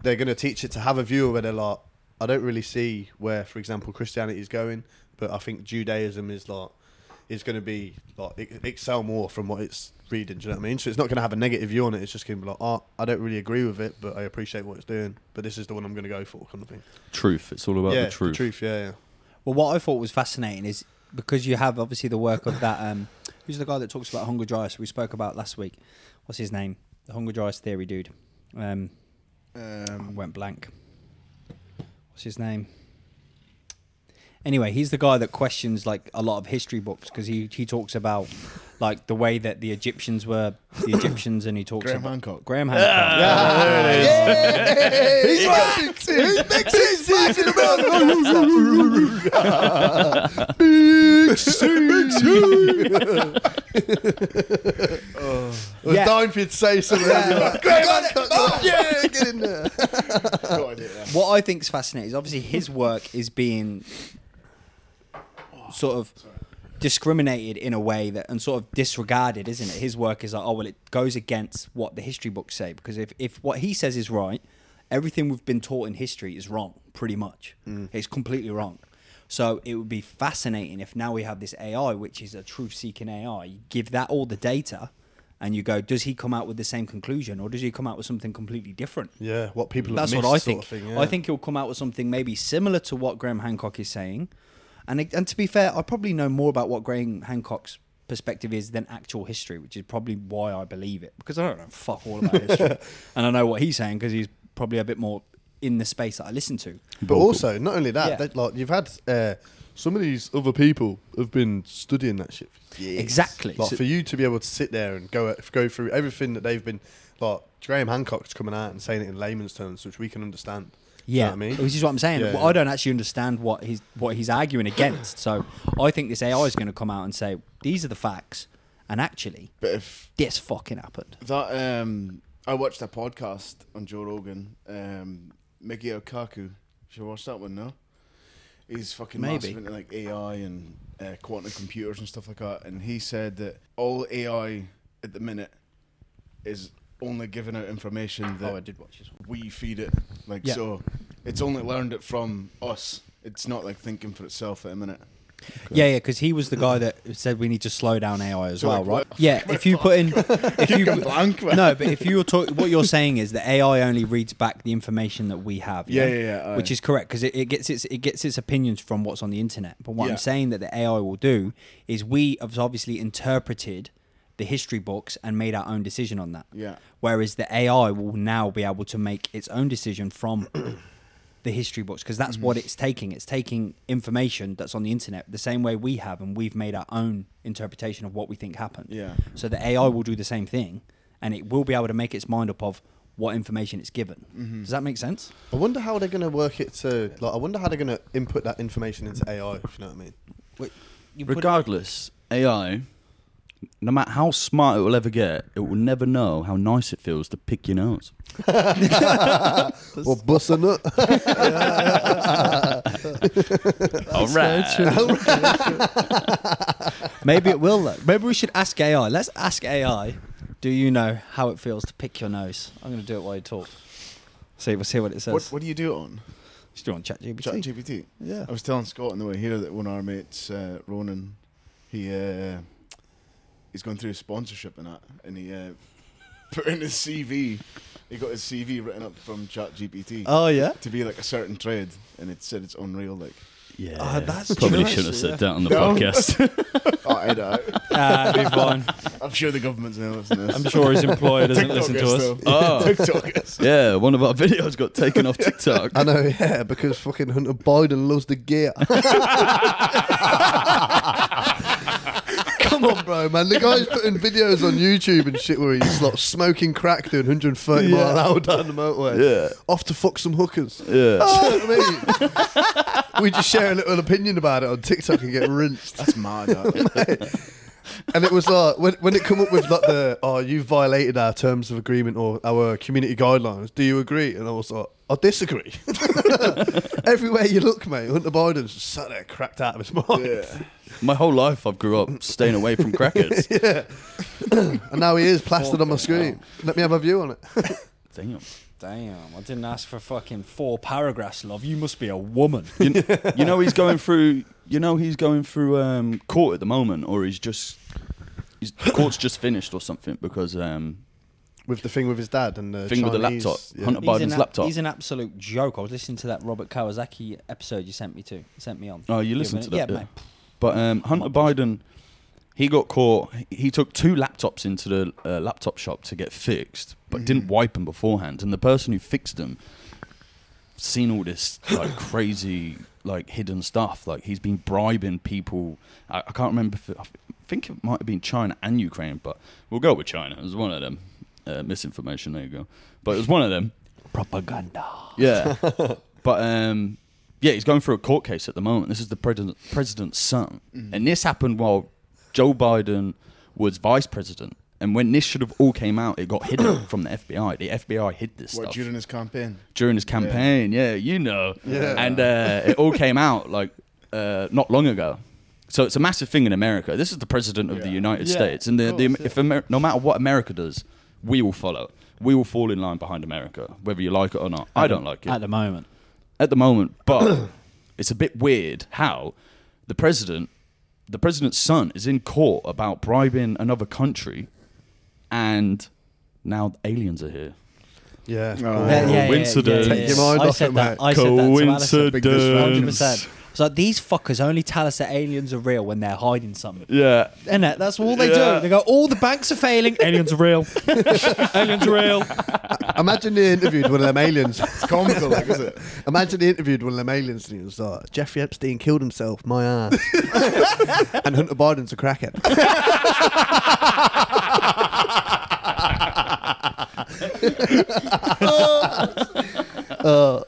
Speaker 1: They're going to teach it to have a view where they're like, I don't really see where, for example, Christianity is going, but I think Judaism is like is going to be like ex- excel more from what it's reading. Do you know what I mean? So it's not going to have a negative view on it. It's just going to be like, oh, I don't really agree with it, but I appreciate what it's doing. But this is the one I'm going to go for, kind of thing.
Speaker 4: Truth. It's all about
Speaker 1: yeah,
Speaker 4: the truth.
Speaker 1: truth. Yeah, yeah.
Speaker 2: Well, what I thought was fascinating is because you have obviously the work of that. Um, who's the guy that talks about hunger drives we spoke about last week? What's his name? The hunger drives theory dude. Um, I
Speaker 3: Um,
Speaker 2: went blank. What's his name? Anyway, he's the guy that questions like a lot of history books because he, he talks about like the way that the Egyptians were the Egyptians, and he talks
Speaker 3: Graham
Speaker 2: about
Speaker 3: Hancock.
Speaker 2: Graham Hancock.
Speaker 1: He's I was
Speaker 2: Yeah.
Speaker 1: dying for you to say something. Like, Graham Hancock, yeah, get in there.
Speaker 3: got idea there.
Speaker 2: what I think is fascinating is obviously his work is being sort of discriminated in a way that and sort of disregarded, isn't it? His work is like, oh well, it goes against what the history books say because if if what he says is right, everything we've been taught in history is wrong, pretty much. It's completely wrong. So it would be fascinating if now we have this AI, which is a truth-seeking AI. You give that all the data, and you go, does he come out with the same conclusion, or does he come out with something completely different?
Speaker 1: Yeah, what people
Speaker 2: That's
Speaker 1: have
Speaker 2: what
Speaker 1: missed,
Speaker 2: I
Speaker 1: sort
Speaker 2: think.
Speaker 1: of thing, yeah.
Speaker 2: I think he'll come out with something maybe similar to what Graham Hancock is saying. And it- and to be fair, I probably know more about what Graham Hancock's perspective is than actual history, which is probably why I believe it because I don't know fuck all about history, and I know what he's saying because he's probably a bit more in the space that I listen to.
Speaker 1: But also, not only that,
Speaker 2: Yeah.
Speaker 1: that, like you've had uh, some of these other people have been studying that shit. For years.
Speaker 2: Exactly.
Speaker 1: Like
Speaker 2: So-
Speaker 1: for you to be able to sit there and go uh, go through everything that they've been like Graham Hancock's coming out and saying it in layman's terms, which we can understand. You know
Speaker 2: Yeah,
Speaker 1: what I mean,
Speaker 2: which is what I'm saying.
Speaker 1: Yeah,
Speaker 2: Well,
Speaker 1: yeah.
Speaker 2: I don't actually understand what he's what he's arguing against. So I think this AI is going to come out and say these are the facts, and actually
Speaker 3: But if
Speaker 2: this fucking happened.
Speaker 3: that, um, I watched a podcast on Joe Rogan, um, Mickey Okaku. Should watch that one, no? He's fucking
Speaker 2: Maybe.
Speaker 3: massive into like AI and uh, quantum computers and stuff like that. And he said that all AI at the minute is only giving out information that
Speaker 2: Oh, I did watch this one.
Speaker 3: we feed it. Like
Speaker 2: Yeah.
Speaker 3: so, it's only learned it from us. It's not like thinking for itself at a minute.
Speaker 2: Yeah, yeah, because he was the guy that said we need to slow down AI as
Speaker 3: So,
Speaker 2: well,
Speaker 3: like,
Speaker 2: right?
Speaker 3: what-
Speaker 2: Yeah, if you put in, if you
Speaker 3: Fucking blank, man.
Speaker 2: no, but if you're talking, what you're saying is that AI only reads back the information that we have.
Speaker 3: Yeah, yeah, yeah, aye.
Speaker 2: which is correct because it, it gets its it gets its opinions from what's on the internet. But what
Speaker 3: Yeah.
Speaker 2: I'm saying that the AI will do is we have obviously interpreted the history books and made our own decision on that.
Speaker 3: Yeah.
Speaker 2: Whereas the AI will now be able to make its own decision from the history books because that's what it's taking. It's taking information that's on the internet the same way we have, and we've made our own interpretation of what we think happened.
Speaker 3: Yeah.
Speaker 2: So the AI will do the same thing, and it will be able to make its mind up of what information it's given. Does that make sense?
Speaker 1: I wonder how they're going to work it to. Like, I wonder how they're going to input that information into AI. If you know what I mean.
Speaker 4: Regardless, AI, no matter how smart it will ever get, it will never know how nice it feels to pick your nose.
Speaker 1: Or bust a nut.
Speaker 4: All right.
Speaker 2: Um, Maybe it will though. Maybe we should ask AI. Let's ask AI. Do you know how it feels to pick your nose? I'm going to do it while you talk. See, we'll see what it says.
Speaker 3: What, what do you do it on?
Speaker 2: Just do it on ChatGPT.
Speaker 3: ChatGPT.
Speaker 2: Yeah.
Speaker 3: I was telling Scott on the way here that one of our mates, uh, Ronan, He uh, he's gone through sponsorship and that, and he uh, put in his CV. He got his CV written up from ChatGPT
Speaker 5: Oh yeah.
Speaker 3: to be like a certain trade, and it said it's unreal. Like,
Speaker 4: Yeah,
Speaker 1: Ah, that's
Speaker 4: probably
Speaker 1: nice,
Speaker 4: should have said
Speaker 1: yeah.
Speaker 4: that on the
Speaker 3: No.
Speaker 4: podcast.
Speaker 3: oh, I don't.
Speaker 4: Uh,
Speaker 2: Ah, move on.
Speaker 3: I'm sure the government's gonna listen to this.
Speaker 5: I'm sure his employer doesn't listen to us.
Speaker 3: TikTokers, though.
Speaker 4: oh,
Speaker 3: TikTokers.
Speaker 4: yeah, one of our videos got taken off TikTok.
Speaker 1: I know, yeah, because fucking Hunter Biden loves the gear. Come on, bro, man. The guy's putting videos on YouTube and shit where he's like smoking crack doing 130 mile an hour down the motorway.
Speaker 4: Yeah,
Speaker 1: Off to fuck some hookers.
Speaker 4: yeah.
Speaker 1: You know what I mean? we just share a little opinion about it on TikTok and get rinsed.
Speaker 3: That's mad. that.
Speaker 1: And it was like when, when it come up with like the oh you violated our terms of agreement or our community guidelines. Do you agree? And I was like, I disagree. Everywhere you look, mate, Hunter Biden's just sat there cracked out of his mind.
Speaker 3: yeah.
Speaker 4: My whole life I've grew up staying away from crackers.
Speaker 1: And now he is plastered on my screen. Let me have a view on it.
Speaker 4: Damn.
Speaker 2: Damn, I didn't ask for fucking four paragraphs, love. You must be a woman.
Speaker 4: You, you know he's going through. You know he's going through um, court at the moment, or he's just. His court's just finished or something because um,
Speaker 1: With the thing with his dad and the
Speaker 4: Thing with the
Speaker 1: Chinese-
Speaker 4: laptop.
Speaker 1: yeah.
Speaker 4: Hunter Biden's
Speaker 2: an,
Speaker 4: laptop.
Speaker 2: He's an absolute joke. I was listening to that Robert Kawasaki episode you sent me to. Sent me on.
Speaker 4: Oh, you
Speaker 2: The
Speaker 4: listened
Speaker 2: other
Speaker 4: to that?
Speaker 2: minute.
Speaker 4: Yeah,
Speaker 2: Yeah, mate.
Speaker 4: But um, Hunter Biden, he got caught. He took two laptops into the uh, laptop shop to get fixed, but
Speaker 2: Mm.
Speaker 4: didn't wipe them beforehand. And the person who fixed them seen all this like crazy, like hidden stuff. Like he's been bribing people. I, I can't remember. If it, I think it might have been China and Ukraine, but we'll go with China. It was one of them. Uh, misinformation. There you go. But it was one of them.
Speaker 2: Propaganda.
Speaker 4: Yeah. but um, yeah, he's going through a court case at the moment. This is the president, president's son.
Speaker 5: Mm.
Speaker 4: And this happened while Joe Biden was vice president. And when this should have all came out, it got hidden from the FBI. The FBI hid this
Speaker 3: What
Speaker 4: stuff
Speaker 3: during his campaign?
Speaker 4: during his campaign. Yeah, you know.
Speaker 1: Yeah.
Speaker 4: And uh, it all came out like uh, not long ago. So it's a massive thing in America. This is the president of the
Speaker 3: Yeah.
Speaker 4: United
Speaker 5: Yeah,
Speaker 4: States, and the,
Speaker 5: of
Speaker 4: the
Speaker 5: course, yeah.
Speaker 4: if Amer- no matter what America does, we will follow. We will fall in line behind America, whether you like it or not. I don't like it
Speaker 2: At the moment.
Speaker 4: at the moment, but it's a bit weird how the president, the president's son, is in court about bribing another country, and now the aliens are here.
Speaker 1: Yeah.
Speaker 3: No.
Speaker 1: Cool.
Speaker 3: Yeah, yeah,
Speaker 4: Coincidence.
Speaker 1: Take your mind
Speaker 2: I
Speaker 1: off
Speaker 2: said
Speaker 1: it,
Speaker 2: that.
Speaker 1: mate.
Speaker 2: I said that to Alison.
Speaker 3: Big disruption.
Speaker 2: 100%. It's like these fuckers only tell us that aliens are real when they're hiding something.
Speaker 4: Yeah,
Speaker 2: And that- that's all they
Speaker 4: Yeah.
Speaker 2: do. They go, all the banks are failing. Aliens are real. aliens are real.
Speaker 1: Imagine they interviewed one of them aliens.
Speaker 3: It's comical, like, is it?
Speaker 1: Imagine he interviewed one of them aliens and he was like, Jeffrey Epstein killed himself, my ass. and Hunter Biden's a crackhead. Uh,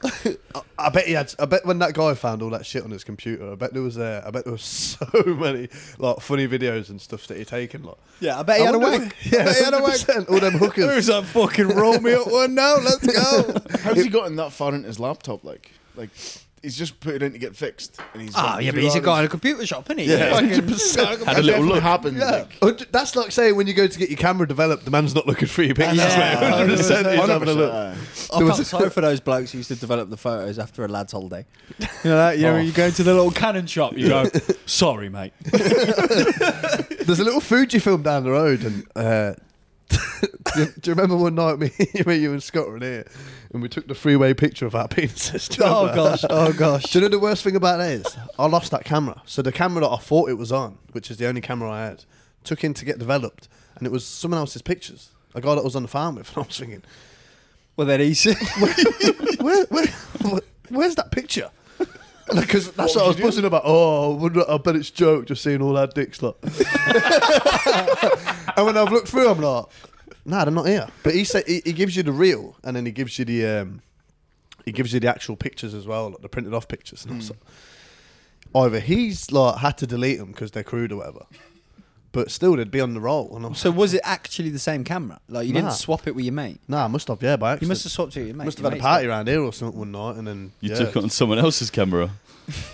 Speaker 1: I- I bet he had. I bet when that guy found all that shit on his computer, I bet there was there. I bet there was so many like funny videos and stuff that he taken. Like,
Speaker 2: Yeah, I bet he
Speaker 1: I
Speaker 2: had a
Speaker 1: wonder
Speaker 2: wank.
Speaker 1: if- Yeah,
Speaker 2: I bet he had a wank.
Speaker 1: 100%, all them hookers.
Speaker 2: Who's that fucking roll me up one now? Let's go.
Speaker 3: How's he gotten that far into his laptop? Like, like he's just put it in to get fixed, and he's
Speaker 2: Ah,
Speaker 3: gone
Speaker 2: yeah, but
Speaker 3: through
Speaker 2: he's a
Speaker 3: all
Speaker 2: guy in
Speaker 3: this-
Speaker 2: a computer shop, isn't he?
Speaker 4: Yeah.
Speaker 2: Fucking-
Speaker 4: Had a little
Speaker 3: Definitely
Speaker 4: look.
Speaker 3: happened.
Speaker 1: Yeah.
Speaker 3: Like,
Speaker 1: Oh, d- That's like saying when you go to get your camera developed, the man's not looking for your pictures,
Speaker 2: Yeah.
Speaker 1: mate. 100% he's having a
Speaker 3: 100%,
Speaker 1: look.
Speaker 3: aye.
Speaker 2: I
Speaker 1: There was
Speaker 2: felt sorry for those blokes who used to develop the photos after a lad's holiday. Oh. You know that? You, know, you go to the little cannon shop, you go, sorry, mate.
Speaker 1: There's a little Fuji film down the road, and uh, do, you, do you remember one night me, me, you and Scott were in here, and we took the freeway picture of our penises? do you
Speaker 2: Oh,
Speaker 1: remember?
Speaker 2: gosh. Oh, gosh.
Speaker 1: Do you know the worst thing about that is I lost that camera. So the camera that I thought it was on, which is the only camera I had, took in to get developed, and it was someone else's pictures. A guy that I was on the farm with, and I was thinking,
Speaker 2: Well, then he said,
Speaker 1: where, where, where, where's that picture? Because that's what, I was
Speaker 3: would you do?
Speaker 1: buzzing about. Oh, I, wonder, I bet it's joke just seeing all that dicks lot. and when I've looked through, I'm like, nah, they're not here. But he said he, he gives you the real, and then he gives you the um, he gives you the actual pictures as well, like the printed off pictures. And I was like, either he's like had to delete them because they're crude or whatever, but still they'd be on the roll. And I'm
Speaker 2: so was it actually the same camera? Like, you
Speaker 1: Nah.
Speaker 2: didn't swap it with your mate?
Speaker 1: nah, I must have yeah by
Speaker 2: You
Speaker 1: accident.
Speaker 2: must have swapped it with your mate.
Speaker 1: must have
Speaker 2: Your
Speaker 1: had a
Speaker 2: mate's
Speaker 1: party around here or something one night, and then
Speaker 4: you
Speaker 1: yeah,
Speaker 4: took it on someone else's camera.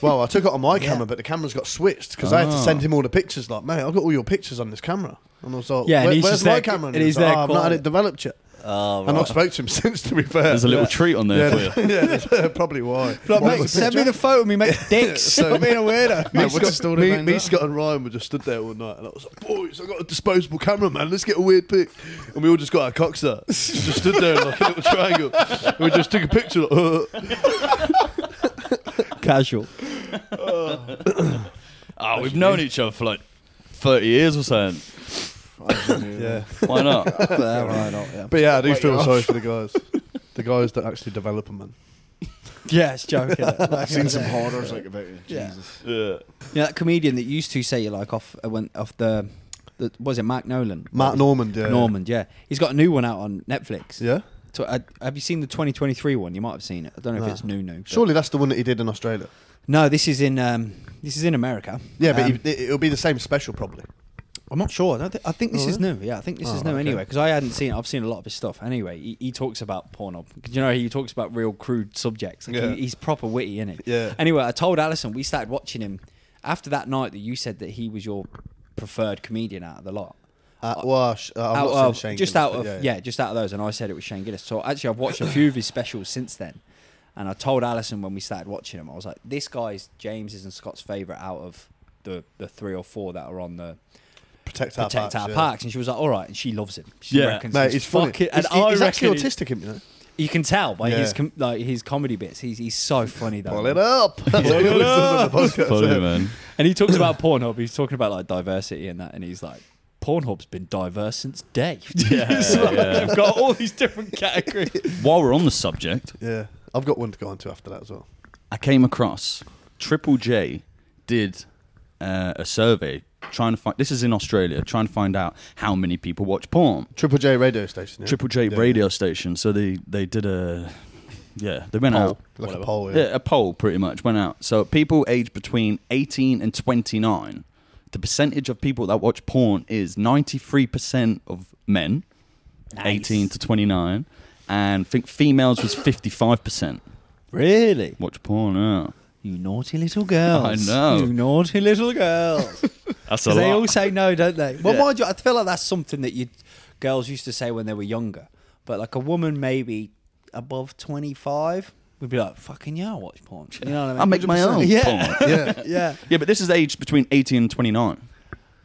Speaker 1: Well, I took it on my
Speaker 2: Yeah. Oh.
Speaker 1: camera, but the camera's got switched because I had to
Speaker 4: Ah.
Speaker 1: send him all the pictures. Like, mate, I've got all your pictures on this camera, and I was like,
Speaker 2: Yeah, and
Speaker 1: "Where-
Speaker 2: he's
Speaker 1: "Where's
Speaker 2: just
Speaker 1: my
Speaker 2: there-
Speaker 1: camera?" And
Speaker 2: and
Speaker 1: he was
Speaker 2: he's Ah,
Speaker 1: like,
Speaker 2: there
Speaker 1: "Oh, I've not had
Speaker 2: quiet.
Speaker 1: it developed yet."
Speaker 5: Oh,
Speaker 1: I've not spoke to him since, to be fair.
Speaker 4: There's a little
Speaker 1: yeah.
Speaker 4: treat on there
Speaker 1: Yeah,
Speaker 4: for you.
Speaker 1: yeah, that's, uh, probably why.
Speaker 2: Like,
Speaker 1: One
Speaker 2: mate,
Speaker 1: was-
Speaker 2: send me the photo of me, mate. Dicks.
Speaker 1: So-
Speaker 2: Stop being a weirdo.
Speaker 1: Me,
Speaker 3: Man, what's the
Speaker 1: Scott,
Speaker 3: story
Speaker 1: me,
Speaker 3: behind
Speaker 1: me,
Speaker 3: that?
Speaker 1: Scott, and Ryan were just stood there one night, and I was like, "Boys, I got a disposable camera, man. Let's get a weird pic." And we all just got our cocks out, just stood there in like a little triangle, and we just took a picture. Like, uh.
Speaker 5: casual.
Speaker 4: Oh, we've known each other for like 30 years or so.
Speaker 1: Yeah,
Speaker 4: Why not?
Speaker 5: why not? Yeah.
Speaker 1: but yeah, I do
Speaker 3: Wait,
Speaker 1: feel
Speaker 3: you're
Speaker 1: sorry
Speaker 3: off.
Speaker 1: for the guys. The guys that actually develop them, man.
Speaker 2: yeah, it's joking.
Speaker 3: I've seen some horrors like about it.
Speaker 2: Yeah.
Speaker 3: Jesus.
Speaker 4: yeah.
Speaker 2: You know, that comedian that used to say you like off uh, when off the, the was it Mark Nolan?
Speaker 1: Mark Normand, yeah,
Speaker 2: Normand, yeah. He's got a new one out on Netflix.
Speaker 1: yeah.
Speaker 2: So, uh, have you seen the 2023 one? You might have seen it. I don't know
Speaker 1: No.
Speaker 2: if it's new, new. but-
Speaker 1: Surely that's the one that he did in Australia.
Speaker 2: No, this is in um, this is in America.
Speaker 1: Yeah, but
Speaker 2: Um,
Speaker 1: he- it, it'll be the same special, probably.
Speaker 2: I'm not sure. I, don't thi- I think this
Speaker 1: Oh,
Speaker 2: is new. Yeah, I think this
Speaker 1: Oh,
Speaker 2: is new
Speaker 1: okay.
Speaker 2: anyway because I hadn't seen. it. I've seen a lot of his stuff anyway. He, he talks about Pornhub. 'Cause You know, he talks about real crude subjects. Like,
Speaker 1: Yeah.
Speaker 2: he- he's proper witty in it.
Speaker 1: Yeah.
Speaker 2: Anyway, I told Alison we started watching him after that night that you said that he was your preferred comedian out of the lot.
Speaker 1: Uh, well, sh- uh, I've
Speaker 2: out
Speaker 1: not seen
Speaker 2: of
Speaker 1: Shane
Speaker 2: just
Speaker 1: Gillis,
Speaker 2: out
Speaker 1: but
Speaker 2: of yeah,
Speaker 1: yeah,
Speaker 2: just out of those, and I said it was Shane Gillis. So actually, I've watched a few of his specials since then, and I told Alison when we started watching him, I was like, "This guy's James's and Scott's favorite out of the the three or four that are on the
Speaker 1: protect our
Speaker 2: Protect
Speaker 1: parks,
Speaker 2: Our
Speaker 1: yeah.
Speaker 2: Parks," and she was like, "All right," and she loves him. She
Speaker 4: Yeah.
Speaker 2: reckons
Speaker 1: Mate,
Speaker 2: he's
Speaker 1: it's funny.
Speaker 2: fucking-
Speaker 1: He's,
Speaker 2: and I
Speaker 1: he's actually
Speaker 2: reckon he-
Speaker 1: autistic, him, you know.
Speaker 2: You can tell by his
Speaker 1: Yeah.
Speaker 2: com- like his comedy bits. He's he's so funny though.
Speaker 1: Pull it uh, up. Pull
Speaker 2: it up.
Speaker 4: Funny, man.
Speaker 2: And he talks about Pornhub. He's talking about like diversity and that, and he's like. Pornhub's been diverse since day.
Speaker 4: Yeah,
Speaker 2: It's like,
Speaker 4: yeah.
Speaker 2: They've got all these different categories.
Speaker 4: While we're on the subject,
Speaker 1: Yeah, I've got one to go on to after that as well.
Speaker 4: I came across Triple J did uh, a survey trying to find, this is in Australia, trying to find out how many people watch porn.
Speaker 1: Triple J radio station. Yeah.
Speaker 4: Triple J
Speaker 1: Yeah,
Speaker 4: radio station. So they, they did a, yeah, they went out.
Speaker 1: yeah. Oh, like a poll. Yeah.
Speaker 4: Yeah, a poll pretty much went out. So people aged between 18 and 29, the percentage of people that watch porn is 93% of men, 18 to 29, and think females was 55%
Speaker 2: Really?
Speaker 4: watch porn. Yeah.
Speaker 2: You naughty little girls.
Speaker 4: I know.
Speaker 2: You naughty little girls.
Speaker 4: That's
Speaker 2: 'Cause they all say no, don't they? Well,
Speaker 4: Yeah.
Speaker 2: mind you, I feel like that's something that you girls used to say when they were younger. But like a woman maybe above 25 would be like, fucking yeah, I watch porn. You know what I mean?
Speaker 4: I make my own
Speaker 2: Yeah.
Speaker 4: porn.
Speaker 1: yeah.
Speaker 2: yeah.
Speaker 4: Yeah, but this is aged between 18 and 29.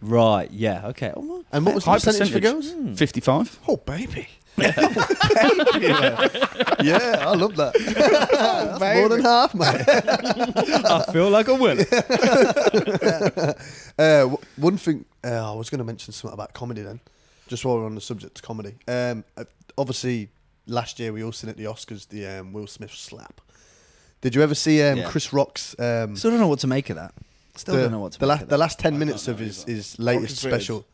Speaker 2: Right, yeah, okay. Oh, well,
Speaker 1: And what was the
Speaker 4: High
Speaker 1: percentage, for
Speaker 4: percentage.
Speaker 1: girls?
Speaker 2: Hmm.
Speaker 4: 55.
Speaker 1: Oh, baby. Oh, baby, man. yeah, I love that. That's more than half, mate.
Speaker 2: I feel like a winner.
Speaker 1: Uh, w- one thing uh, I was going to mention something about comedy then, just while we're on the subject of comedy. Um, uh, obviously, last year we all seen at the Oscars the um, Will Smith slap. Did you ever see um,
Speaker 2: Yeah.
Speaker 1: Chris Rock's? Um,
Speaker 2: Still don't know what to make of that. Still
Speaker 1: the,
Speaker 2: don't know what to
Speaker 1: the
Speaker 2: make
Speaker 1: last
Speaker 2: of
Speaker 1: the
Speaker 2: that.
Speaker 1: last ten
Speaker 3: I
Speaker 1: minutes
Speaker 3: don't
Speaker 1: of
Speaker 3: know
Speaker 1: his,
Speaker 3: either.
Speaker 1: his latest
Speaker 3: Orchestrated.
Speaker 1: special.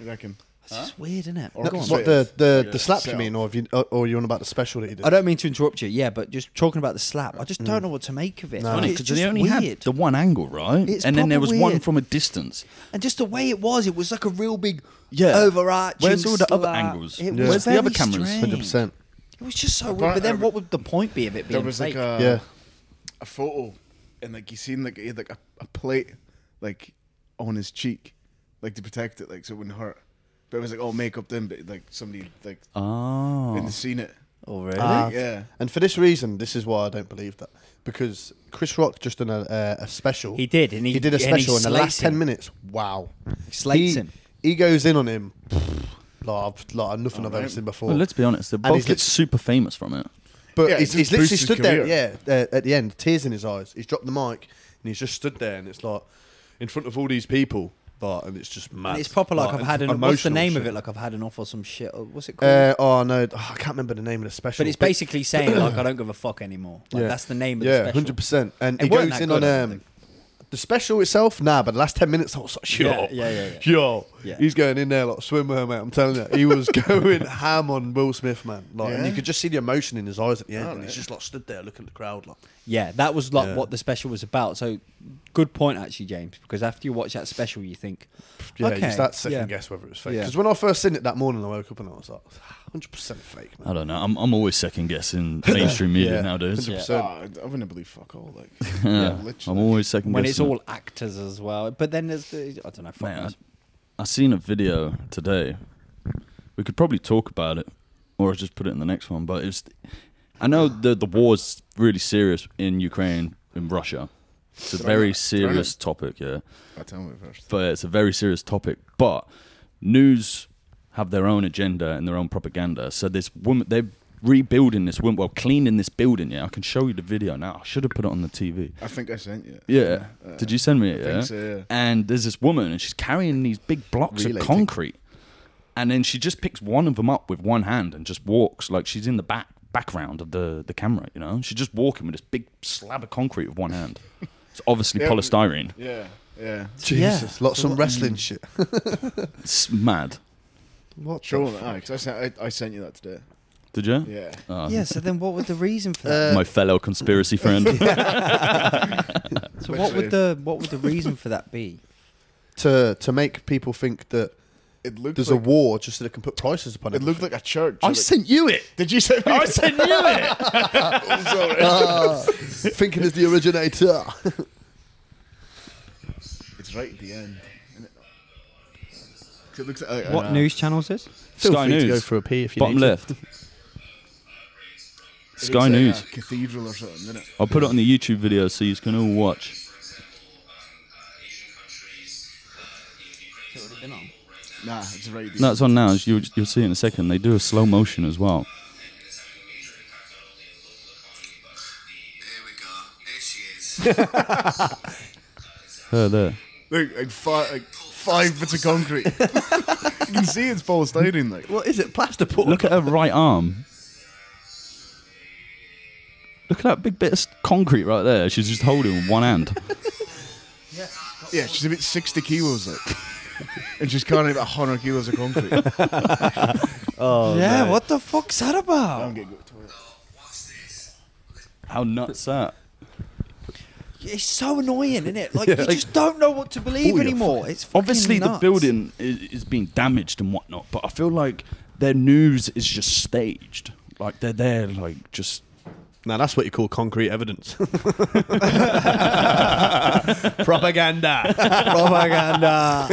Speaker 3: You reckon?
Speaker 2: It's just weird, isn't it?
Speaker 1: No,
Speaker 3: Go on.
Speaker 1: what the the,
Speaker 3: Yeah.
Speaker 1: the slap you
Speaker 3: Set
Speaker 1: mean,
Speaker 3: up.
Speaker 1: or have you, or, or you're on about the special that he did?
Speaker 2: I don't mean to interrupt you, yeah, but just talking about the slap, I just don't know what to make of
Speaker 1: Mm.
Speaker 2: it.
Speaker 1: No.
Speaker 2: Like,
Speaker 4: Funny,
Speaker 2: it's
Speaker 4: because they
Speaker 2: just
Speaker 4: only had
Speaker 2: Uh, weird.
Speaker 4: the one angle, right?
Speaker 2: It's
Speaker 4: and then there
Speaker 2: proper
Speaker 4: was one
Speaker 2: weird.
Speaker 4: from a distance.
Speaker 2: And just the way it was, it was like a real big
Speaker 4: Yeah.
Speaker 2: overarching.
Speaker 4: Where's all the other
Speaker 2: slap.
Speaker 4: angles?
Speaker 2: It
Speaker 1: Yeah.
Speaker 2: was
Speaker 1: Where's
Speaker 4: the other
Speaker 2: very
Speaker 4: cameras?
Speaker 2: strange.
Speaker 1: 100%.
Speaker 2: It was just so weird.
Speaker 3: Apparently-
Speaker 2: But then, what would the point be of it being
Speaker 3: There was like
Speaker 2: fake?
Speaker 3: a
Speaker 1: Yeah.
Speaker 3: a photo, and like you seen like he had like a, a plate like on his cheek, like to protect it, like so it wouldn't hurt. But it was like all makeup then, but like somebody like
Speaker 4: Oh.
Speaker 3: in the scene it.
Speaker 2: oh really?
Speaker 1: Ah.
Speaker 3: yeah.
Speaker 1: And for this reason, this is why I don't believe that because Chris Rock just done a, uh, a special.
Speaker 2: He did, and he-
Speaker 1: did a
Speaker 2: and he
Speaker 1: special in the
Speaker 2: slates
Speaker 1: last ten
Speaker 2: him.
Speaker 1: minutes. Wow,
Speaker 2: slates
Speaker 1: he,
Speaker 2: him.
Speaker 1: He goes in on him like, I've- like nothing I've ever
Speaker 3: Alright.
Speaker 1: seen before.
Speaker 4: Well, let's be honest, they
Speaker 1: And
Speaker 4: both
Speaker 1: he's
Speaker 4: get
Speaker 1: lit-
Speaker 4: super famous from it.
Speaker 1: but
Speaker 3: Yeah, it
Speaker 1: he's,
Speaker 3: just
Speaker 1: he's literally
Speaker 3: boosts his
Speaker 1: stood there, yeah, uh, at the end, tears in his eyes. He's dropped the mic and he's just stood there, and it's like in front of all these people, like, and it's just mad.
Speaker 2: And it's proper like, I've had an. What's the
Speaker 1: emotional
Speaker 2: name of
Speaker 1: shit.
Speaker 2: it? Like I've had enough or some shit. or What's it called?
Speaker 1: Uh, oh no, oh, I can't remember the name of the special.
Speaker 2: but it's basically saying like I don't give a fuck anymore. Like that's the name of
Speaker 1: yeah,
Speaker 2: the special.
Speaker 1: hundred percent. And
Speaker 2: It
Speaker 1: it
Speaker 2: weren't
Speaker 1: goes
Speaker 2: that
Speaker 1: in on
Speaker 2: good, I don't
Speaker 1: um,
Speaker 2: think.
Speaker 1: the special itself. Nah, but the last ten minutes, I was like, yo,
Speaker 2: Yeah, yeah, yeah, yeah.
Speaker 1: yo,
Speaker 2: Yeah.
Speaker 1: he's going in there like a swimmer, mate. I'm telling you, he was going ham on Will Smith, man. Like, and you
Speaker 3: Yeah?
Speaker 1: could just see the emotion in his eyes at the end, and
Speaker 3: Alright.
Speaker 1: he's just like stood there looking at the crowd, like,
Speaker 2: Yeah, that was like
Speaker 1: Yeah.
Speaker 2: what the special was about. So, good point actually, James. Because after you watch that special, you think,
Speaker 1: yeah,
Speaker 2: okay,
Speaker 1: you start to second
Speaker 2: yeah.
Speaker 1: guess whether it's fake.
Speaker 2: Yeah.
Speaker 1: Because when I first seen it that morning, I woke up and I was like, hundred percent fake, man.
Speaker 4: I don't know. I'm, I'm always second guessing mainstream media
Speaker 1: Yeah.
Speaker 4: nowadays.
Speaker 1: 100%.
Speaker 3: So I, I wouldn't believe fuck all. Like,
Speaker 4: Yeah. I'm
Speaker 3: literally.
Speaker 4: always second
Speaker 2: when it's
Speaker 4: guessing. it.
Speaker 2: all actors as well. But then there's the I don't know. Fuck
Speaker 4: Man,
Speaker 2: knows.
Speaker 4: I, I seen a video today. We could probably talk about it or I just put it in the next one. But it's, I know the the war's really serious in Ukraine and Russia. It's a
Speaker 3: Throw
Speaker 4: very
Speaker 3: it, throw
Speaker 4: serious
Speaker 3: it.
Speaker 4: topic, yeah.
Speaker 3: I tell me first.
Speaker 4: But it's a very serious topic. But news have their own agenda and their own propaganda. So this woman, they're rebuilding this woman, well, cleaning this building. Yeah, I can show you the video now. I should have put it on the TV.
Speaker 3: I think I sent you.
Speaker 4: Yeah.
Speaker 3: Uh,
Speaker 4: Did you send me it?
Speaker 3: I
Speaker 4: yeah?
Speaker 3: think so, yeah.
Speaker 4: And there's this woman, and she's carrying these big blocks
Speaker 3: Relay
Speaker 4: of
Speaker 3: thing.
Speaker 4: concrete, and then she just picks one of them up with one hand and just walks like she's in the back background of the the camera. You know, she's just walking with this big slab of concrete with one hand. It's obviously
Speaker 3: Yeah, but-
Speaker 4: polystyrene.
Speaker 3: Yeah, yeah.
Speaker 1: Jesus, lots
Speaker 4: So
Speaker 1: of
Speaker 4: what-
Speaker 1: wrestling
Speaker 2: mm.
Speaker 1: shit.
Speaker 4: It's mad.
Speaker 1: what?
Speaker 3: Sure,
Speaker 1: the
Speaker 3: that because I sent I, I sent you that today.
Speaker 4: Did you?
Speaker 3: Yeah.
Speaker 4: Oh.
Speaker 2: Yeah. So then, what would the reason for that?
Speaker 1: Uh,
Speaker 4: My fellow conspiracy friend.
Speaker 2: so what would the what would the reason for that be?
Speaker 1: to to make people think that
Speaker 3: It looked
Speaker 1: there's
Speaker 3: like,
Speaker 1: a war just so they can put prices upon it.
Speaker 3: It looked like a church.
Speaker 4: I
Speaker 3: Like-
Speaker 4: sent you it.
Speaker 3: Did you send me?
Speaker 4: I sent you it.
Speaker 3: I'm sorry.
Speaker 1: thinking as the originator.
Speaker 3: it's right at the end. isn't it? 'Cause It looks like, I
Speaker 2: What
Speaker 3: know.
Speaker 2: news channel is this?
Speaker 1: Feel
Speaker 4: Sky
Speaker 1: free
Speaker 4: News.
Speaker 1: to go for a pee if you
Speaker 4: Bottom
Speaker 1: need to.
Speaker 4: left.
Speaker 3: It looks
Speaker 4: Sky
Speaker 3: like a
Speaker 4: News.
Speaker 3: cathedral or something, didn't it?
Speaker 4: I'll put it on the YouTube video so you can all watch.
Speaker 3: Nah, it's right. At the
Speaker 4: No,
Speaker 3: end.
Speaker 4: it's on now. as You, you'll see in a second. They do a slow motion as well.
Speaker 6: There we go. There she is.
Speaker 4: Her there.
Speaker 3: Look, like five, like five bits of concrete. you can see it's polystyrene. Like
Speaker 1: What is it? Plasterboard.
Speaker 4: Look at her right arm. Look at that big bit of s- concrete right there. She's just holding with one hand.
Speaker 3: Yeah, she's about 60 kilos, like. and she's carrying about 100 kilos of concrete. I'm
Speaker 2: yeah. What the fuck's that about?
Speaker 3: going to go to the toilet.
Speaker 6: What's this?
Speaker 4: How nuts that?
Speaker 2: It's so annoying, isn't it? Like you just don't know what to believe
Speaker 1: Oh, you're
Speaker 2: anymore. It's fucking
Speaker 4: Obviously, the
Speaker 2: nuts.
Speaker 4: building is, is being damaged and whatnot, but I feel like their news is just staged. Like they're there, like just.
Speaker 1: Now that's what you call concrete evidence. Propaganda.
Speaker 2: Oh propaganda.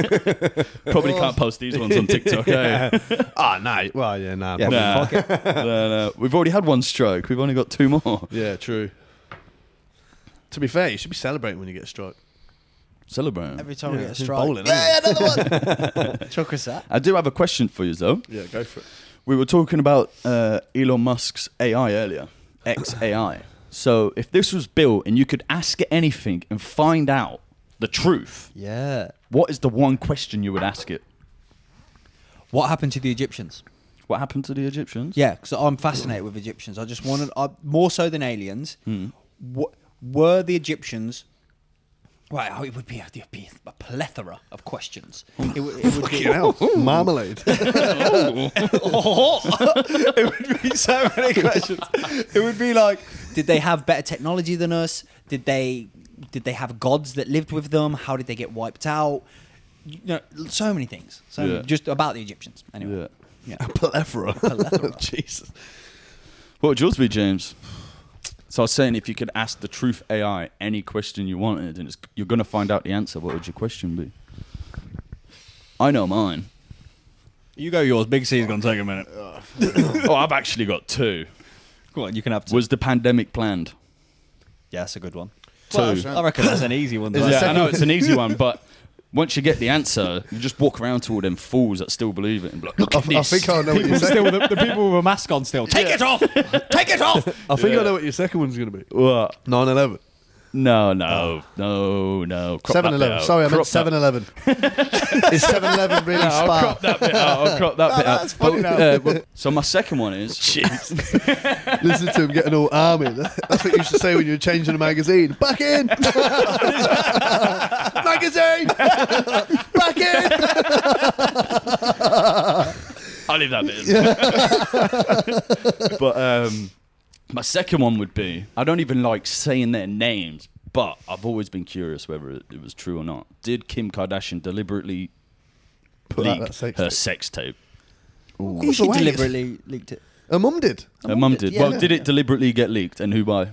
Speaker 4: Probably can't post these ones on TikTok. eh?
Speaker 1: Ah, no. Well, yeah, nah.
Speaker 2: Yeah,
Speaker 1: probably-
Speaker 4: Nah. No, no. We've already had one stroke. We've only got two more.
Speaker 1: yeah, true. To be fair, you should be celebrating when you get struck.
Speaker 4: Celebrate.
Speaker 2: Every time we get a
Speaker 1: You're
Speaker 2: strike,
Speaker 1: bowling,
Speaker 2: yeah,
Speaker 1: aren't
Speaker 2: chuck us that.
Speaker 4: I do have a question for you, though.
Speaker 1: you? yeah, go for it.
Speaker 4: We were talking about uh, Elon Musk's AI earlier, XAI. So, if this was built and you could ask it anything and find out the truth,
Speaker 2: Yeah.
Speaker 4: what is the one question you would ask it?
Speaker 2: What happened to the Egyptians?
Speaker 4: What happened to the Egyptians?
Speaker 2: Yeah, because I'm fascinated with Egyptians. I just wanted I, more so than aliens. wh- were the Egyptians? Right, oh, it would be, it would be a plethora of questions. It, would- it would be.
Speaker 1: Marmalade.
Speaker 2: it would be so many questions. It would be like, did they have better technology than us? Did they did they have gods that lived with them? How did they get wiped out? You know, so many things. So
Speaker 4: Yeah.
Speaker 2: just about the Egyptians. Anyway. Yeah.
Speaker 1: Plethora.
Speaker 2: Plethora.
Speaker 1: Jesus.
Speaker 4: What would yours be, James? So, I was saying if you could ask the truth AI any question you wanted and it's, you're going to find out the answer, what would your question be? I know mine.
Speaker 5: You go yours. Big C's gonna take a minute.
Speaker 4: oh, I've actually got two.
Speaker 5: Go on, you can have two.
Speaker 4: Was the pandemic planned?
Speaker 2: yeah, that's a good one.
Speaker 4: Two.
Speaker 5: I reckon that's an easy one. though.
Speaker 4: yeah, I know it's an easy one, but once you get the answer, you just walk around to all them fools that still believe it and be like, look
Speaker 1: I,
Speaker 4: at
Speaker 1: I
Speaker 4: this.
Speaker 1: think I know what
Speaker 5: People
Speaker 1: your second.
Speaker 5: still, the, the people with a mask on still. Take it off. Take it off.
Speaker 1: I think I know what your second one's gonna be.
Speaker 4: What?
Speaker 1: 9-11.
Speaker 4: No, no, no, no. Crop that bit
Speaker 1: 7-Eleven.
Speaker 4: out.
Speaker 1: Sorry, I meant
Speaker 4: Crop that-
Speaker 1: 7-Eleven. Is 7-Eleven really spa?
Speaker 4: That bit out. I'll crop that bit out.
Speaker 1: that's funny now.
Speaker 4: But, uh, well, so my second one is
Speaker 1: Listen to him getting all army. That's what you used to say when you were changing a magazine. Back in! magazine! Back in!
Speaker 4: I'll leave that bit. In. but um, my second one would be I don't even like saying their names, but I've always been curious whether it, it was true or not. Did Kim Kardashian deliberately
Speaker 1: Put out
Speaker 4: leak
Speaker 1: that sex
Speaker 4: her
Speaker 1: tape.
Speaker 4: sex tape?
Speaker 1: Either
Speaker 2: she
Speaker 1: way, it's-
Speaker 2: deliberately leaked it.
Speaker 1: Her mum did.
Speaker 4: Her mum did.
Speaker 2: yeah,
Speaker 4: well,
Speaker 2: yeah,
Speaker 4: did
Speaker 2: yeah.
Speaker 4: it deliberately get leaked, and who by?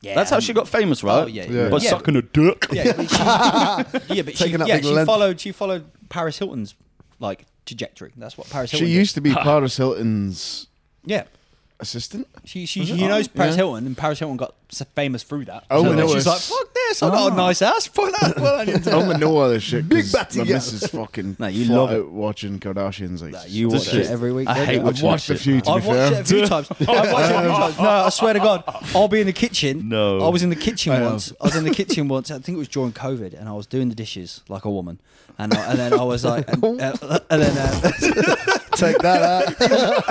Speaker 2: Yeah.
Speaker 4: That's how she got famous, right?
Speaker 2: Um, yeah,
Speaker 1: yeah.
Speaker 4: By
Speaker 2: Yeah.
Speaker 4: sucking a dick.
Speaker 2: Yeah, but she, yeah, but she,
Speaker 1: Taking up
Speaker 2: yeah,
Speaker 1: big
Speaker 2: she
Speaker 1: length.
Speaker 2: followed. She followed Paris Hilton's like trajectory. That's what Paris
Speaker 3: She
Speaker 2: Hilton. did.
Speaker 3: used to be Paris Hilton's
Speaker 2: yeah.
Speaker 3: assistant.
Speaker 2: She she, she
Speaker 1: Oh,
Speaker 2: knows Paris Hilton, and Paris Hilton got s- famous through that.
Speaker 3: Owen
Speaker 2: so like, she's
Speaker 3: Lewis.
Speaker 2: like, fuck this, I
Speaker 1: Oh.
Speaker 2: got a nice ass. Put that, put that into
Speaker 3: I'm gonna know all this shit.
Speaker 1: Big
Speaker 3: Big
Speaker 1: batty
Speaker 3: batty.
Speaker 1: guy.
Speaker 3: This is fucking.
Speaker 2: No, you
Speaker 3: flat
Speaker 2: love
Speaker 3: out
Speaker 2: it.
Speaker 3: watching Kardashians. Like,
Speaker 2: You
Speaker 4: This
Speaker 2: watch it
Speaker 4: shit.
Speaker 2: every week.
Speaker 4: I
Speaker 2: don't
Speaker 4: hate
Speaker 2: you?
Speaker 4: watching
Speaker 3: I've watched a
Speaker 4: shit,
Speaker 3: few. To be
Speaker 2: I've watched it
Speaker 3: fair,
Speaker 2: a few times. I've watched it a few times. No, I swear to God, I'll be in the kitchen.
Speaker 4: No.
Speaker 2: I was in the kitchen once. I was in the kitchen once. I think it was during COVID, and I was doing the dishes like a woman. And, I, and then I was like, and, uh, and then uh,
Speaker 1: Take that out.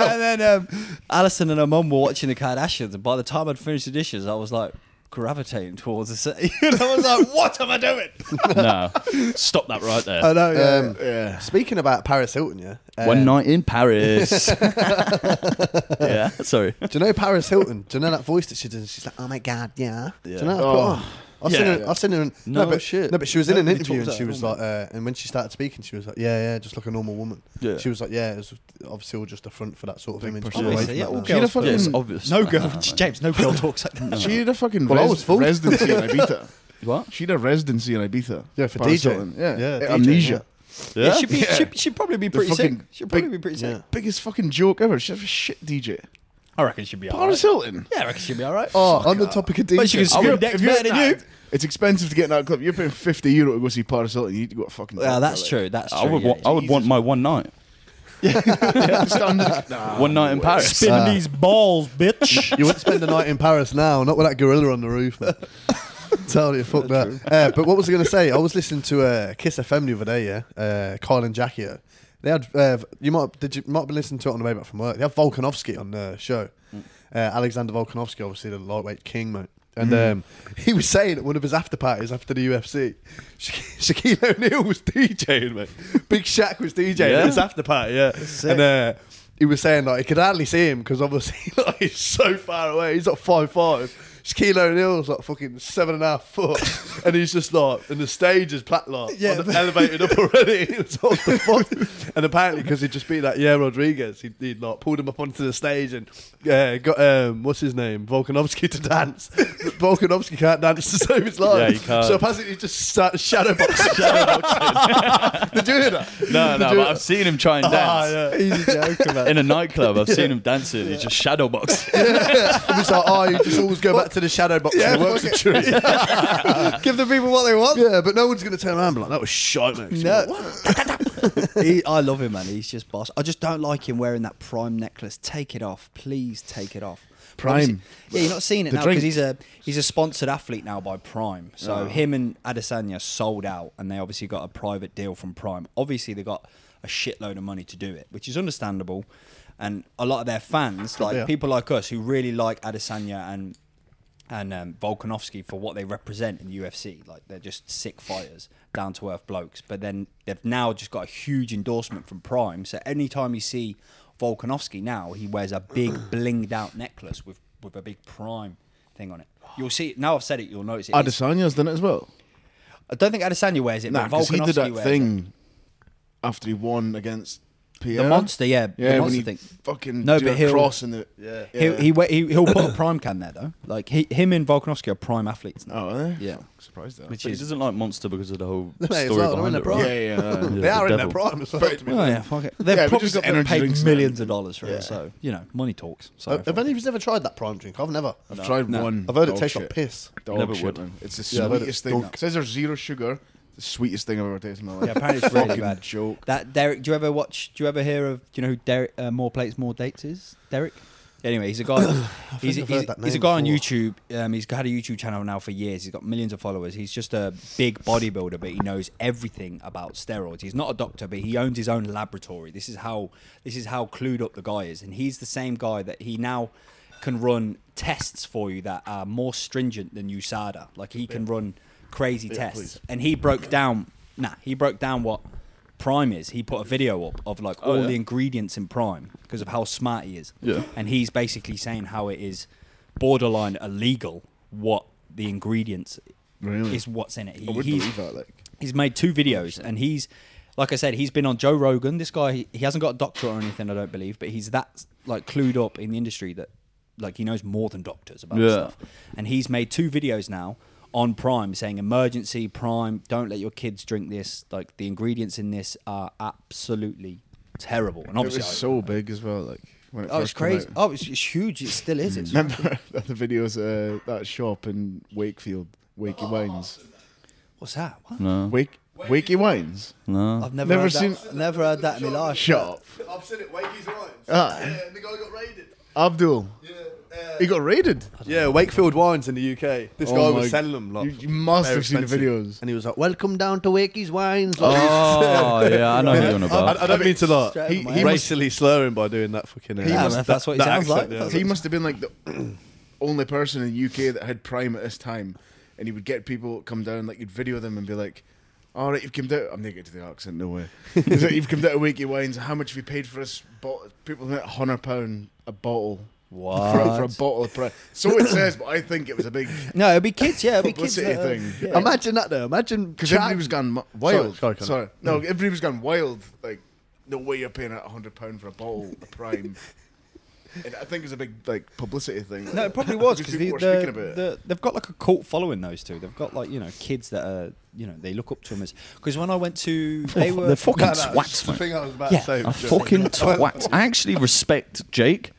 Speaker 2: and then um, Alison and her mum were watching the Kardashians, and by the time I'd finished the dishes, I was like gravitating towards the set. and I was like, what am I doing?
Speaker 4: no, stop that right there.
Speaker 1: I know. Yeah,
Speaker 3: um,
Speaker 1: yeah.
Speaker 3: yeah.
Speaker 1: Speaking about Paris Hilton, yeah. um,
Speaker 4: One night in Paris. yeah, sorry.
Speaker 1: Do you know Paris Hilton? Do you know that voice that she does? She's like, oh my god, yeah. Do
Speaker 4: Yeah.
Speaker 1: you know? That put
Speaker 3: Oh.
Speaker 1: on? I've
Speaker 4: Yeah.
Speaker 1: seen her. I've seen her. In, no,
Speaker 4: No
Speaker 1: but
Speaker 4: shit.
Speaker 1: No, but she was in an
Speaker 4: Nobody
Speaker 1: interview
Speaker 4: talks
Speaker 1: and she
Speaker 4: like
Speaker 1: was
Speaker 4: that,
Speaker 1: like, uh, and when she started speaking, she was like, yeah, yeah, just like a normal woman.
Speaker 4: Yeah.
Speaker 1: She was like, yeah, it was obviously all just a front for that sort of image.
Speaker 4: push,
Speaker 1: Get
Speaker 4: yeah.
Speaker 1: away
Speaker 4: Obviously,
Speaker 1: from
Speaker 2: yeah,
Speaker 1: that
Speaker 2: all
Speaker 1: now.
Speaker 2: girls
Speaker 3: She had a
Speaker 4: Yeah, it's
Speaker 3: fucking.
Speaker 4: obvious.
Speaker 2: No girl,
Speaker 4: No, no, no.
Speaker 2: James, no girl talks like that.
Speaker 3: She had a fucking
Speaker 1: Well, I
Speaker 3: res-
Speaker 1: was full.
Speaker 3: residency in Ibiza.
Speaker 4: What?
Speaker 3: She had a residency in Ibiza.
Speaker 1: Yeah, for
Speaker 3: Paris
Speaker 1: DJ.
Speaker 3: Hilton,
Speaker 1: Yeah,
Speaker 3: Yeah. yeah
Speaker 1: DJ,
Speaker 3: amnesia.
Speaker 2: Yeah,
Speaker 4: Yeah.
Speaker 2: she'd, be, she'd, she'd probably be
Speaker 3: The
Speaker 2: pretty sick.
Speaker 3: fucking
Speaker 2: She'd probably
Speaker 3: big-
Speaker 2: be pretty sick.
Speaker 1: yeah.
Speaker 3: Biggest fucking joke ever. She's a shit DJ.
Speaker 2: I reckon she'd be alright.
Speaker 3: Paris Hilton.
Speaker 2: Yeah, I reckon she'd be alright.
Speaker 1: Oh, on the topic of DJ.
Speaker 2: But she can
Speaker 3: I'll
Speaker 2: scream
Speaker 3: be-
Speaker 2: decks
Speaker 3: if you're
Speaker 2: better than
Speaker 3: at
Speaker 2: you.
Speaker 3: that- It's expensive to get in that club. You're paying 50 euro to go see Paris Hilton. You need to go to fucking.
Speaker 2: Well, that's true. That's true.
Speaker 4: I would,
Speaker 2: yeah,
Speaker 4: want, I would want my one night. One night
Speaker 3: Oh,
Speaker 4: in Paris.
Speaker 5: Spinning these balls, bitch.
Speaker 1: you wouldn't spend the night in Paris now, not with that gorilla on the roof. Man. Tell you, fuck that. Uh, but what was I going to say? I was listening to uh, Kiss FM the other day. Yeah, uh, Kyle and Jackie. yeah. They had uh, you might did you might have been listening to it on the way back from work. They had Volkanovski on the show. Uh, Alexander Volkanovski, obviously the lightweight king, mate. And um, he was saying at one of his after parties after the UFC, Sha- Shaquille O'Neal was DJing, mate. Big Shaq was DJing
Speaker 4: Yeah.
Speaker 1: at his after party, yeah. And uh, he was saying like he could hardly see him because obviously like, he's so far away. He's like five five. Shaquille O'Neal's like fucking seven and a half foot, and he's just like, and the stage is plat like
Speaker 2: Yeah.
Speaker 1: on- elevated up already. It's all the fuck. And apparently, because he'd just beat that yeah Rodriguez, he'd, he'd like pulled him up onto the stage and uh, got um, what's his name Volkanovski to dance. But Volkanovski can't dance to save his life.
Speaker 4: Yeah, he can't.
Speaker 1: So apparently, he just started shadow boxing. Did you hear that?
Speaker 4: No,
Speaker 1: Did
Speaker 4: no,
Speaker 1: you-
Speaker 4: but I've seen him try and dance.
Speaker 1: Ah, yeah.
Speaker 2: Easy joke about
Speaker 4: In a nightclub, I've seen him dancing. He's just shadow boxing.
Speaker 1: And it's like, oh, you just always go back to the shadow box. Yeah, works the truth.
Speaker 2: Give the people what they want.
Speaker 1: Yeah, but no one's going to turn around and be like, that was shite, mate.
Speaker 2: No. he, I love him, man. He's just boss. I just don't like him wearing that prime necklace. Take it off, please. Take it off.
Speaker 3: Prime.
Speaker 2: Yeah, you're not seeing it
Speaker 3: The
Speaker 2: now
Speaker 3: drink.
Speaker 2: because he's a he's a sponsored athlete now by Prime. So him and Adesanya sold out, and they obviously got a private deal from Prime. Obviously, they got a shitload of money to do it, which is understandable. And a lot of their fans, like
Speaker 1: Yeah.
Speaker 2: people like us, who really like Adesanya and and um, Volkanovski for what they represent in UFC. Like they're just sick fighters, down to earth blokes. But then they've now just got a huge endorsement from Prime. So anytime you see Volkanovski now, he wears a big blinged out necklace with with a big Prime thing on it. You'll see it now. I've said it. You'll notice it. It's-
Speaker 3: Adesanya's done it as well.
Speaker 2: I don't think Adesanya wears it.
Speaker 3: Nah,
Speaker 2: but
Speaker 3: because
Speaker 2: Volkanovski
Speaker 3: he did that
Speaker 2: wears it.
Speaker 3: thing after he won against Pierre.
Speaker 2: The monster, yeah,
Speaker 3: Yeah,
Speaker 2: the
Speaker 3: when
Speaker 2: monster
Speaker 3: he
Speaker 2: thing.
Speaker 3: fucking
Speaker 2: No,
Speaker 3: do
Speaker 2: but
Speaker 3: a
Speaker 2: he'll-
Speaker 3: cross in the yeah.
Speaker 2: He, he, we- he he'll put a prime can there though. Like he, him and Volkanovski are prime athletes now.
Speaker 3: Oh, are they?
Speaker 2: Yeah.
Speaker 3: surprised at that.
Speaker 2: Which
Speaker 4: But he
Speaker 2: is
Speaker 4: doesn't like Monster because of the whole
Speaker 1: Mate,
Speaker 4: story
Speaker 1: as well, they're in
Speaker 4: behind
Speaker 1: the
Speaker 4: it,
Speaker 1: bra.
Speaker 4: right?
Speaker 3: Yeah, yeah. yeah.
Speaker 1: They
Speaker 4: the
Speaker 1: are in their
Speaker 4: devil.
Speaker 1: prime as well. to be
Speaker 2: Oh
Speaker 1: honest.
Speaker 2: yeah, fuck it. They've
Speaker 3: Yeah, but
Speaker 2: probably
Speaker 3: just
Speaker 2: got
Speaker 3: energy
Speaker 2: paid
Speaker 3: drinks,
Speaker 2: millions of dollars for it,
Speaker 3: Yeah.
Speaker 2: so you know, money talks. So
Speaker 1: Have- Have any of you ever tried that prime drink? I've never.
Speaker 3: I've tried one.
Speaker 1: I've heard it
Speaker 3: Dog
Speaker 1: tastes like
Speaker 3: shit.
Speaker 1: piss.
Speaker 3: Dog
Speaker 4: Never
Speaker 3: shit,
Speaker 4: would.
Speaker 3: man. It's the
Speaker 1: Yeah, I've heard
Speaker 3: sweetest
Speaker 1: it
Speaker 3: thing.
Speaker 1: dunk.
Speaker 3: It says there's zero sugar. The sweetest thing I've ever tasted in my life.
Speaker 2: yeah, apparently it's really
Speaker 3: Fucking
Speaker 2: bad.
Speaker 3: joke.
Speaker 2: That Derek, do you ever watch? Do you ever hear of? Do you know who Derek? Uh, More plates, more dates is Derek. Anyway, he's a guy. he's,
Speaker 1: I've
Speaker 2: he's,
Speaker 1: heard that
Speaker 2: he's a
Speaker 1: name
Speaker 2: guy on
Speaker 1: before.
Speaker 2: YouTube. Um, he's had a YouTube channel now for years. He's got millions of followers. He's just a big bodybuilder, but he knows everything about steroids. He's not a doctor, but he owns his own laboratory. This is how this is how clued up the guy is, and he's the same guy that he now can run tests for you that are more stringent than USADA. Like he can run crazy tests,
Speaker 1: please.
Speaker 2: and he broke down. Nah, he broke down what Prime is. He put a video up of
Speaker 3: Oh,
Speaker 2: like all
Speaker 4: yeah.
Speaker 2: the ingredients in Prime because of how smart he is.
Speaker 4: Yeah.
Speaker 2: And he's basically saying how it is borderline illegal what the ingredients
Speaker 3: Really?
Speaker 2: is what's in it. He,
Speaker 3: I would
Speaker 2: he's-
Speaker 3: believe that. Like,
Speaker 2: He's made two videos, and he's like I said, he's been on Joe Rogan. This guy, he, he hasn't got a doctorate or anything, I don't believe, but he's that like clued up in the industry that like he knows more than doctors about this
Speaker 4: Yeah.
Speaker 2: stuff. And he's made two videos now on Prime saying emergency Prime, don't let your kids drink this. Like the ingredients in this are absolutely terrible. And
Speaker 3: It
Speaker 2: obviously,
Speaker 3: was
Speaker 2: I-
Speaker 3: so big as well. Like when it
Speaker 2: oh, it's
Speaker 3: first came
Speaker 2: crazy.
Speaker 3: out.
Speaker 2: Oh, it's, it's huge. It still is. It's
Speaker 3: Remember the videos uh, that shop in Wakefield, Wakey Wines,
Speaker 2: what's that? What?
Speaker 4: No,
Speaker 3: Wake Wakey Wines
Speaker 4: no.
Speaker 2: I've never
Speaker 3: Never
Speaker 2: heard That.
Speaker 3: seen-
Speaker 2: Never heard that in my life.
Speaker 3: shop.
Speaker 1: I've said it. Wakey's Wines.
Speaker 3: Ah.
Speaker 1: Yeah, and the guy got raided.
Speaker 3: Abdul,
Speaker 1: Yeah, uh,
Speaker 3: he got raided.
Speaker 1: yeah, Wakefield Wines in the UK. This
Speaker 3: Oh
Speaker 1: guy
Speaker 3: my-
Speaker 1: was selling them. Like,
Speaker 3: You, you must
Speaker 1: very
Speaker 3: have seen the
Speaker 1: expensive.
Speaker 3: videos. Oh,
Speaker 1: And he was like, "Welcome down to Wakey's Wines." Like,
Speaker 4: Oh yeah, I know who you're on
Speaker 1: I, I
Speaker 4: about.
Speaker 1: don't mean to like
Speaker 2: Straight
Speaker 1: he,
Speaker 2: up my
Speaker 1: he
Speaker 2: ass.
Speaker 1: racially slurring by doing that fucking. Uh,
Speaker 2: Yeah,
Speaker 1: that-
Speaker 2: man, if that's what he
Speaker 1: that
Speaker 2: sounds like,
Speaker 1: accent, yeah.
Speaker 2: that's
Speaker 3: He must have been like the only person in the UK that had Prime at this time, and he would get people come down, like you'd video them and be like, "All right, you've come down." I'm not getting to the accent, no way. He's like, you've come down to Wakey Wines. How much have you paid for this? Bottle? People think hundred pound a bottle.
Speaker 2: What?
Speaker 3: For, for a bottle of Prime. So it says, but I think it was a big
Speaker 2: No, it'll be kids. Yeah, it'll be kids.
Speaker 3: publicity
Speaker 2: that are-
Speaker 3: thing.
Speaker 2: yeah.
Speaker 1: Imagine that though. Imagine
Speaker 3: Because
Speaker 1: Chad-
Speaker 3: everybody was gone mu- wild.
Speaker 1: sorry,
Speaker 3: Sorry, Mm.
Speaker 1: Connor.
Speaker 3: no, everybody was gone wild. Like, no way you're paying a hundred pound for a bottle of prime. and I think it was a big like publicity thing.
Speaker 2: No, it probably was
Speaker 3: Because
Speaker 2: because the,
Speaker 3: people were
Speaker 2: the-
Speaker 3: speaking about it.
Speaker 2: the- they've got like a cult following. Those two, they've got like you know kids that are you know they look up to them as because when I went to they were
Speaker 4: They're fucking
Speaker 1: No, no, it's
Speaker 4: twats,
Speaker 1: the
Speaker 4: mate.
Speaker 1: thing I was about
Speaker 2: Yeah.
Speaker 1: to say.
Speaker 4: A
Speaker 1: was just-
Speaker 4: fucking twat. I actually respect Jake.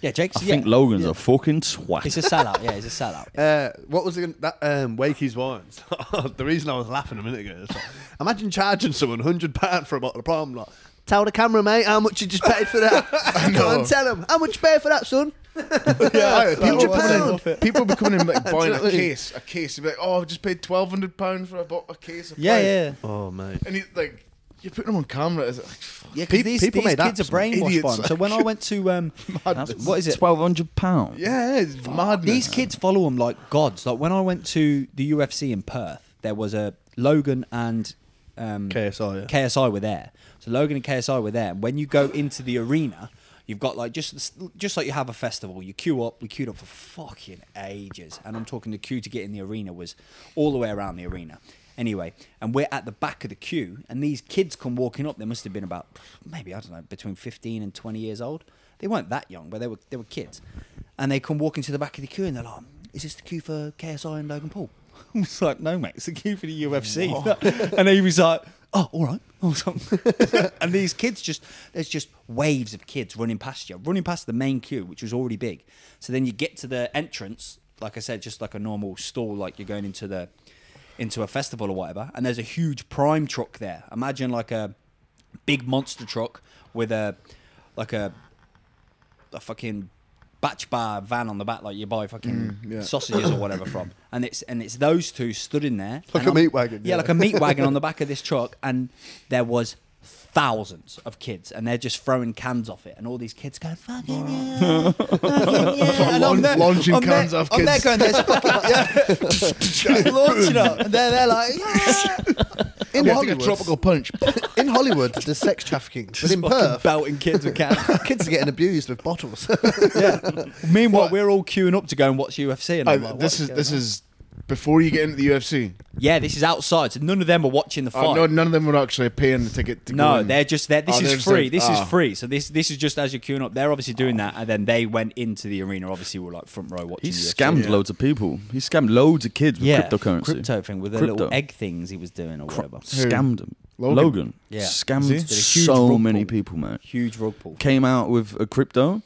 Speaker 2: yeah Jake's
Speaker 4: I think
Speaker 2: yeah.
Speaker 4: Logan's
Speaker 2: yeah.
Speaker 4: a fucking twat.
Speaker 2: It's a sellout. Yeah, it's a sellout.
Speaker 1: Uh, what was it? That um, Wakey's wines. the reason I was laughing a minute ago is like, imagine charging someone hundred pound for a bottle of prom. Like, tell the camera, mate, how much you just paid for that. Come
Speaker 3: know.
Speaker 1: on, tell him how much you paid for that, son.
Speaker 3: yeah, people,
Speaker 1: hundred
Speaker 3: were coming
Speaker 1: pound.
Speaker 3: in, people were coming in like buying a
Speaker 1: Totally.
Speaker 3: case, a case. You'd be like, oh, I've just paid twelve hundred pound for a bottle, a case of
Speaker 2: Yeah,
Speaker 3: Prime."
Speaker 2: yeah.
Speaker 1: Oh mate.
Speaker 3: And he, like, you're putting them on camera. It's like, fuck,
Speaker 2: Yeah, 'cause
Speaker 1: Pe-
Speaker 2: these,
Speaker 1: people
Speaker 2: these
Speaker 1: made
Speaker 2: kids are
Speaker 1: apps, man.
Speaker 2: brainwashed by
Speaker 3: Idiots.
Speaker 2: 'em. So when I went to um,
Speaker 3: madness.
Speaker 2: what is it?
Speaker 4: Twelve hundred pounds.
Speaker 3: Yeah, it's madness.
Speaker 2: These kids follow them like gods. Like when I went to the UFC in Perth, there was a Logan and um,
Speaker 1: KSI, yeah.
Speaker 2: KSI were there. So Logan and KSI were there. And when you go into the arena, you've got like just just like you have a festival. You queue up. We queued up for fucking ages, and I'm talking the queue to get in the arena was all the way around the arena. Anyway, and we're at the back of the queue, and these kids come walking up. They must have been about maybe I don't know between 15 and 20 years old. They weren't that young, but they were they were kids, and they come walking to the back of the queue, and they're like, "Is this the queue for KSI and Logan Paul?" I was like, "No, mate, it's the queue for the UFC." and he was like, "Oh, all right." I was like- and these kids just there's just waves of kids running past you, running past the main queue, which was already big. So then you get to the entrance, like I said, just like a normal stall, like you're going into the into a festival or whatever, and there's a huge prime truck there. Imagine like a big monster truck with a like a a fucking batch bar van on the back, like you buy fucking
Speaker 1: Mm,
Speaker 2: sausages or whatever from. And it's and it's those two stood in there,
Speaker 1: Like a
Speaker 2: and I'm-
Speaker 1: meat wagon,
Speaker 2: Yeah,
Speaker 1: yeah.
Speaker 2: like a meat wagon on the back of this truck, and there was thousands of kids, and they're just throwing cans off it, and all these kids going fucking yeah, fucking yeah, and I'm
Speaker 3: Launch-
Speaker 2: there-
Speaker 3: launching
Speaker 2: I'm
Speaker 3: cans
Speaker 2: there,
Speaker 3: off
Speaker 2: I'm
Speaker 3: kids.
Speaker 2: there going, there's fucking yeah, launching up, and they're they're like yeah,
Speaker 1: In
Speaker 3: Yeah, I think it was.
Speaker 1: punch. In Hollywood, there's sex trafficking. But in
Speaker 2: fucking belting kids with cans.
Speaker 1: kids are getting abused with bottles.
Speaker 2: Yeah. Meanwhile, we're all queuing up to go and watch UFC. And
Speaker 3: I-
Speaker 2: I'm like, "What's
Speaker 3: this is
Speaker 2: going
Speaker 3: this
Speaker 2: on?"
Speaker 3: is before you get into the UFC.
Speaker 2: yeah, this is outside. So none of them are watching the fight.
Speaker 3: Oh, no, none of them were actually paying the ticket to go
Speaker 2: no,
Speaker 3: in.
Speaker 2: they're just there. This
Speaker 3: Oh, Oh. they're
Speaker 2: is
Speaker 3: just
Speaker 2: free.
Speaker 3: like,
Speaker 2: this
Speaker 3: ah.
Speaker 2: is free. So this this is just as you're queuing up. They're obviously doing that, and then they went into the arena. Obviously, were like front row watching.
Speaker 4: He
Speaker 2: UFC.
Speaker 4: scammed loads of people. He scammed loads of kids with
Speaker 2: Yeah,
Speaker 4: cryptocurrency.
Speaker 2: crypto thing with the little
Speaker 4: Crypto.
Speaker 2: egg things he was doing or whatever.
Speaker 4: Scammed him.
Speaker 3: Logan.
Speaker 4: Logan.
Speaker 2: Yeah.
Speaker 4: Scammed
Speaker 2: See? Did a huge
Speaker 4: so
Speaker 2: rug
Speaker 4: many
Speaker 2: pull.
Speaker 4: people, man.
Speaker 2: Huge rug pull.
Speaker 4: Came out with a crypto,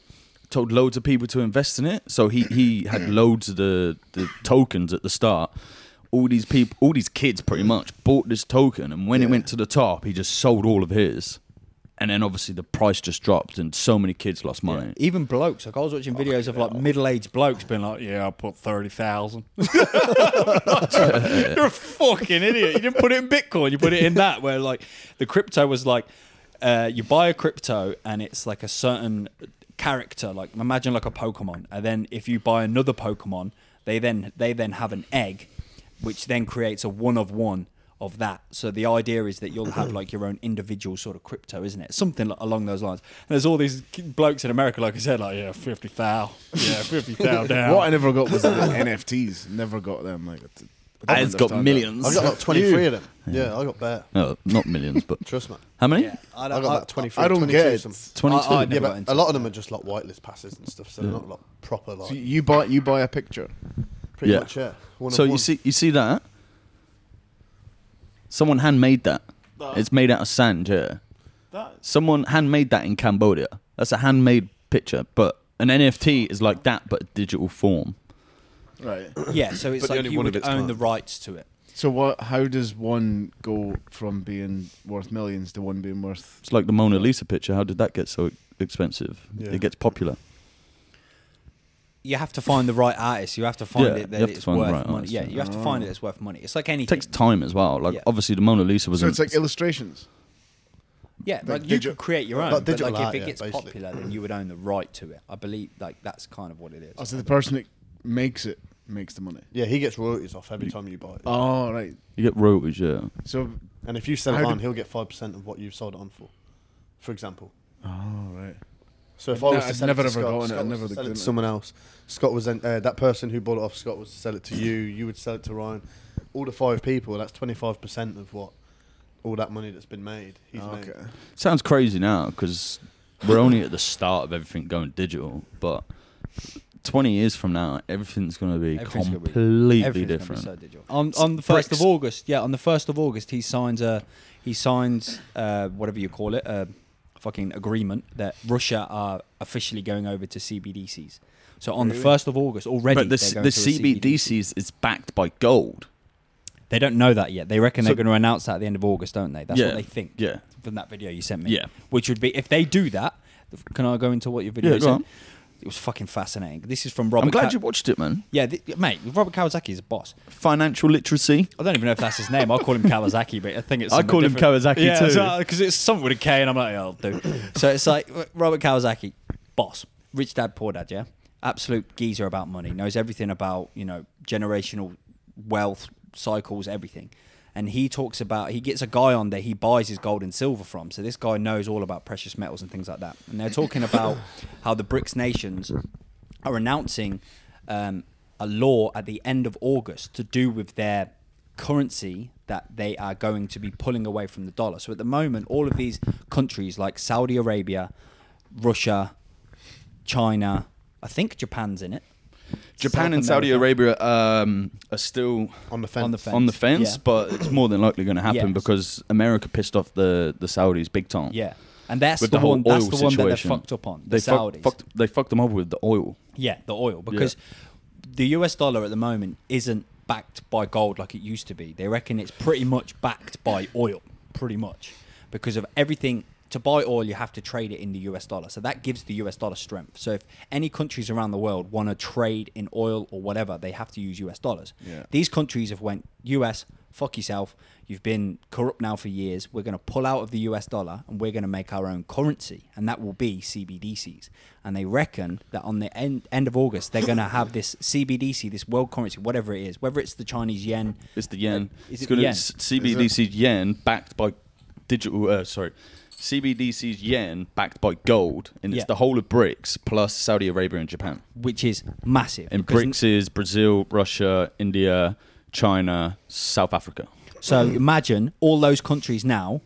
Speaker 4: told loads of people to invest in it. So he, he had loads of the, the tokens at the start. All these people, all these kids pretty much bought this token. And when it went to the top, he just sold all of his. And then obviously the price just dropped and so many kids lost money.
Speaker 2: Even blokes, like I was watching videos of like middle-aged blokes being like, "Yeah, I put thirty thousand. You're a fucking idiot. You didn't put it in Bitcoin. You put it in that where like the crypto was like, uh, you buy a crypto and it's like a certain character. Like imagine like a Pokemon, and then if you buy another Pokemon, they then they then have an egg, which then creates a one of one of that. So the idea is that you'll have like your own individual sort of crypto, isn't it? Something like, along those lines. And there's all these ki- blokes in America, like I said, like yeah, fifty thou, yeah, fifty thou down.
Speaker 3: What I never got was the NFTs. Never got them. Like, I don't
Speaker 4: Has got
Speaker 3: understand
Speaker 4: millions.
Speaker 1: I got like 23 of them. Yeah, I got better.
Speaker 4: No, not millions, but
Speaker 1: Trust me.
Speaker 4: how many?
Speaker 2: Yeah, I
Speaker 1: I
Speaker 2: don't.
Speaker 1: got
Speaker 2: I-
Speaker 1: like 23.
Speaker 3: I don't
Speaker 1: 22
Speaker 3: get it.
Speaker 1: something.
Speaker 4: 22.
Speaker 2: I- I-
Speaker 1: Yeah,
Speaker 2: Never got
Speaker 1: but a
Speaker 2: into
Speaker 1: lot of them are just like whitelist passes and stuff, so they're not like proper
Speaker 3: that.
Speaker 1: like
Speaker 3: So you buy you buy a picture.
Speaker 1: pretty
Speaker 4: Yeah.
Speaker 1: much yeah. One of
Speaker 4: so you
Speaker 1: one.
Speaker 4: see, you see that? Someone handmade that. It's made out of sand, yeah.
Speaker 5: That
Speaker 4: Someone handmade that in Cambodia. That's a handmade picture, but an NFT is like that, but a digital form.
Speaker 3: Right.
Speaker 2: Yeah, so
Speaker 1: But
Speaker 2: it's
Speaker 1: the
Speaker 2: like
Speaker 1: only
Speaker 2: you
Speaker 1: one of
Speaker 2: would
Speaker 1: its
Speaker 2: own
Speaker 1: kind.
Speaker 2: the rights to it.
Speaker 3: So what? How does one go from being worth millions to one being worth?
Speaker 4: It's like the Mona Lisa picture. How did that get so expensive?
Speaker 1: Yeah.
Speaker 4: It gets popular.
Speaker 2: You have to find the right artist. You have to find
Speaker 4: Yeah,
Speaker 2: it that
Speaker 4: you have to
Speaker 2: it's
Speaker 4: find the
Speaker 2: worth
Speaker 4: right
Speaker 2: money.
Speaker 4: artist,
Speaker 2: Yeah,
Speaker 4: yeah.
Speaker 2: you have
Speaker 1: Oh.
Speaker 2: to find it that's worth money. It's like anything.
Speaker 4: It takes time as well. Like
Speaker 2: Yeah.
Speaker 4: obviously the Mona Lisa was.
Speaker 3: So
Speaker 4: an-
Speaker 3: it's like illustrations.
Speaker 2: Yeah, like,
Speaker 3: Like
Speaker 2: you
Speaker 3: digi-
Speaker 2: could create your own.
Speaker 1: like
Speaker 2: but
Speaker 1: digital
Speaker 2: like
Speaker 1: art,
Speaker 2: if
Speaker 1: yeah,
Speaker 2: it gets
Speaker 1: basically.
Speaker 2: popular, then you would own the right to it. I believe like that's kind of what it is.
Speaker 3: Oh, so the person that makes it makes the money.
Speaker 1: Yeah, he gets royalties off every time you buy it.
Speaker 3: Oh right.
Speaker 4: you get royalties. Yeah,
Speaker 3: So.
Speaker 1: And if you sell it
Speaker 3: How
Speaker 1: on,
Speaker 3: did-
Speaker 1: he'll get 5% of what you've sold it on for, for example.
Speaker 3: Oh right.
Speaker 1: So if
Speaker 3: No,
Speaker 1: I was to
Speaker 3: I've
Speaker 1: sell
Speaker 3: never
Speaker 1: it to
Speaker 3: ever
Speaker 1: Scott,
Speaker 3: gotten it,
Speaker 1: Scott
Speaker 3: I've
Speaker 1: was
Speaker 3: never
Speaker 1: to sell it
Speaker 3: done
Speaker 1: to
Speaker 3: it.
Speaker 1: someone else. Scott was then, uh, that person who bought it off Scott was to sell it to you. You would sell it to Ryan. All the five people. That's twenty five percent of what all that money that's been made. He's
Speaker 3: Oh, Okay.
Speaker 1: made.
Speaker 4: sounds crazy now because we're only at the start of everything going digital. But twenty years from now, everything's going to be
Speaker 2: Everything's gonna be-
Speaker 4: completely
Speaker 2: Everything's gonna be
Speaker 4: different.
Speaker 2: so digital. On on the first of
Speaker 4: Bricks.
Speaker 2: August, yeah, on the first of August, he signs a he signs uh, whatever you call it a fucking agreement that Russia are officially going over to CBDCs. So on the first of August already,
Speaker 4: but the,
Speaker 2: they're
Speaker 4: c-
Speaker 2: going
Speaker 4: the
Speaker 2: to a CBDC.
Speaker 4: CBDCs is backed by gold.
Speaker 2: They don't know that yet. They reckon
Speaker 4: So-
Speaker 2: they're going to announce that at the end of August, don't they? That's
Speaker 4: Yeah,
Speaker 2: what they think.
Speaker 4: yeah.
Speaker 2: From that video you sent me.
Speaker 4: Yeah.
Speaker 2: Which would be if they do that. Can I go into what your video
Speaker 4: Yeah, go
Speaker 2: said?
Speaker 4: on.
Speaker 2: It was fucking fascinating. This is from Robert.
Speaker 4: I'm glad
Speaker 2: Ka-
Speaker 4: you watched it, man.
Speaker 2: Yeah, th- mate. Robert Kawasaki is a boss.
Speaker 4: Financial literacy.
Speaker 2: I don't even know if that's his name. I call him Kawasaki, but I think it's.
Speaker 4: I call him Kawasaki
Speaker 2: yeah,
Speaker 4: too.
Speaker 2: because it's something with a K, and I'm like, oh, dude. so it's like Robert Kawasaki, boss, rich dad, poor dad, yeah, absolute geezer about money, knows everything about you know generational wealth cycles, everything. And he talks about he gets a guy on there he buys his gold and silver from. So this guy knows all about precious metals and things like that. And they're talking about how the BRICS nations are announcing um, a law at the end of August to do with their currency that they are going to be pulling away from the dollar. So at the moment, all of these countries like Saudi Arabia, Russia, China, I think Japan's in it.
Speaker 4: Japan
Speaker 2: South
Speaker 4: and Saudi
Speaker 2: America.
Speaker 4: Arabia um, are still
Speaker 1: On the fence.
Speaker 2: On the fence.
Speaker 4: on the fence,
Speaker 2: Yeah.
Speaker 4: but it's more than likely going to happen
Speaker 2: Yes.
Speaker 4: because America pissed off the, the Saudis big time.
Speaker 2: Yeah. And that's
Speaker 4: with
Speaker 2: the,
Speaker 4: the, whole
Speaker 2: one. That's
Speaker 4: oil
Speaker 2: the one
Speaker 4: situation.
Speaker 2: that they're fucked up on. The
Speaker 4: they fuck-
Speaker 2: Saudis.
Speaker 4: fucked, they fucked them up with the oil.
Speaker 2: Yeah, the oil because the US dollar at the moment isn't backed by gold like it used to be. They reckon it's pretty much backed by oil, pretty much, because of everything. To buy oil, you have to trade it in the US dollar. So that gives the US dollar strength. So if any countries around the world want to trade in oil or whatever, they have to use US dollars.
Speaker 3: Yeah.
Speaker 2: These countries have went US, fuck yourself. You've been corrupt now for years. We're going to pull out of the US dollar and we're going to make our own currency, and that will be CBDCs. And they reckon that on the end end of August they're going to have this CBDC, this world currency, whatever it is, whether it's the Chinese yen.
Speaker 4: It's the yen.
Speaker 2: Is
Speaker 4: it's
Speaker 2: it
Speaker 4: gonna
Speaker 2: yen?
Speaker 4: it's CBDC yen backed by digital. Uh, sorry, CBDC's yen backed by gold, and
Speaker 2: Yeah.
Speaker 4: it's the whole of BRICS plus Saudi Arabia and Japan.
Speaker 2: Which is massive.
Speaker 4: And
Speaker 2: because-
Speaker 4: BRICS is Brazil, Russia, India, China, South Africa.
Speaker 2: So
Speaker 3: Mm-hmm.
Speaker 2: imagine all those countries now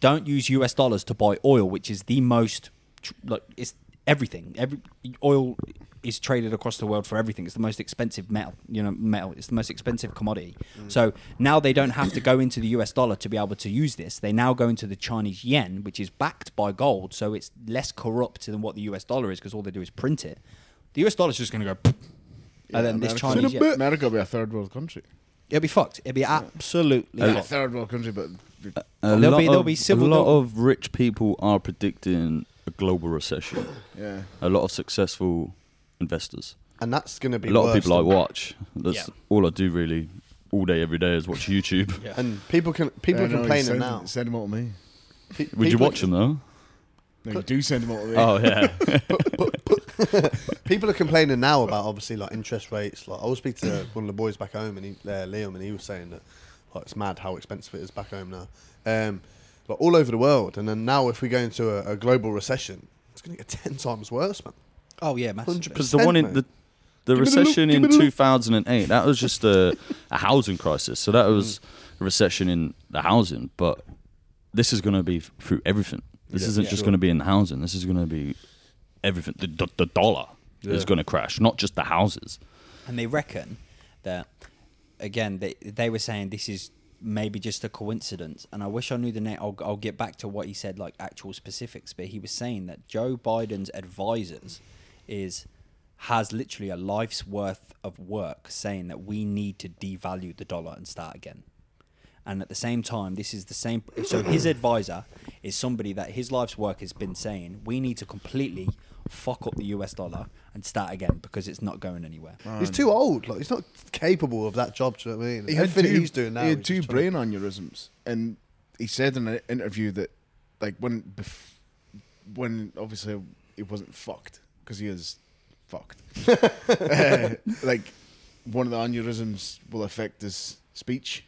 Speaker 2: don't use US dollars to buy oil, which is the most tr- like it's everything. Every oil is traded across the world for everything. It's the most expensive metal, you know, metal. It's the most expensive commodity.
Speaker 3: Mm.
Speaker 2: So now they don't have to go into the US dollar to be able to use this. They now go into the Chinese yen, which is backed by gold, so it's less corrupt than what the US dollar is because all they do is print it. The US dollar's just going to go
Speaker 3: Yeah,
Speaker 2: and then this
Speaker 3: America's-
Speaker 2: Chinese yen,
Speaker 3: America will be a third world country.
Speaker 2: it'll be fucked. It'll be absolutely
Speaker 3: Not a
Speaker 2: fucked.
Speaker 3: third world country, but
Speaker 4: A
Speaker 2: There'll
Speaker 4: lot
Speaker 2: be- there'll
Speaker 4: of-
Speaker 2: be civil
Speaker 4: A lot
Speaker 2: go-
Speaker 4: of rich people are predicting a global recession.
Speaker 3: yeah.
Speaker 4: A lot of successful investors.
Speaker 1: And that's going to be
Speaker 4: a lot
Speaker 1: worse
Speaker 4: of people I
Speaker 1: than-
Speaker 4: watch. That's
Speaker 2: Yeah.
Speaker 4: all I do really, all day, every day is watch YouTube.
Speaker 1: And people can people
Speaker 3: Yeah,
Speaker 1: are
Speaker 3: no, you
Speaker 1: complaining
Speaker 3: send,
Speaker 1: now.
Speaker 3: Send them all to me.
Speaker 1: Pe-
Speaker 4: Would you
Speaker 1: people-
Speaker 4: watch them though?
Speaker 3: No, you do send them all to me.
Speaker 4: Oh yeah,
Speaker 1: People are complaining now about obviously like interest rates. Like I was speaking to one of the boys back home, and he, uh, Liam, and he was saying that like it's mad how expensive it is back home now, um, like all over the world. And then now, if we go into a, a global recession, it's going to get ten times worse, man.
Speaker 2: Oh yeah, massive.
Speaker 1: Hundred
Speaker 4: because
Speaker 1: percent.
Speaker 4: the one in the the
Speaker 1: Give me the look, give
Speaker 4: recession
Speaker 1: me
Speaker 4: in
Speaker 1: the look.
Speaker 4: 2008 that was just a, a housing crisis. So that was
Speaker 1: Mm.
Speaker 4: a recession in the housing, but this is going to be f- through everything. This
Speaker 1: Yeah,
Speaker 4: isn't
Speaker 1: yeah.
Speaker 4: just
Speaker 1: Sure.
Speaker 4: going to be in the housing. This is going to be everything. The, the, the dollar
Speaker 1: Yeah.
Speaker 4: is going to crash, not just the houses.
Speaker 2: and they reckon that again they, they were saying this is maybe just a coincidence. And I wish I knew the name. I'll, I'll get back to what he said, like actual specifics. But he was saying that Joe Biden's advisors is has literally a life's worth of work saying that we need to devalue the dollar and start again. And at the same time, this is the same. So his advisor is somebody that his life's work has been saying we need to completely fuck up the US dollar and start again because it's not going anywhere.
Speaker 1: He's too old. Like he's not capable of that job. Do you know what I mean? Everything he's doing now.
Speaker 3: He had
Speaker 1: he's
Speaker 3: two
Speaker 1: just trying to-
Speaker 3: brain aneurysms, and he said in an interview that, like, when bef- when obviously he wasn't fucked because he is fucked. Uh, like, one of the aneurysms will affect his speech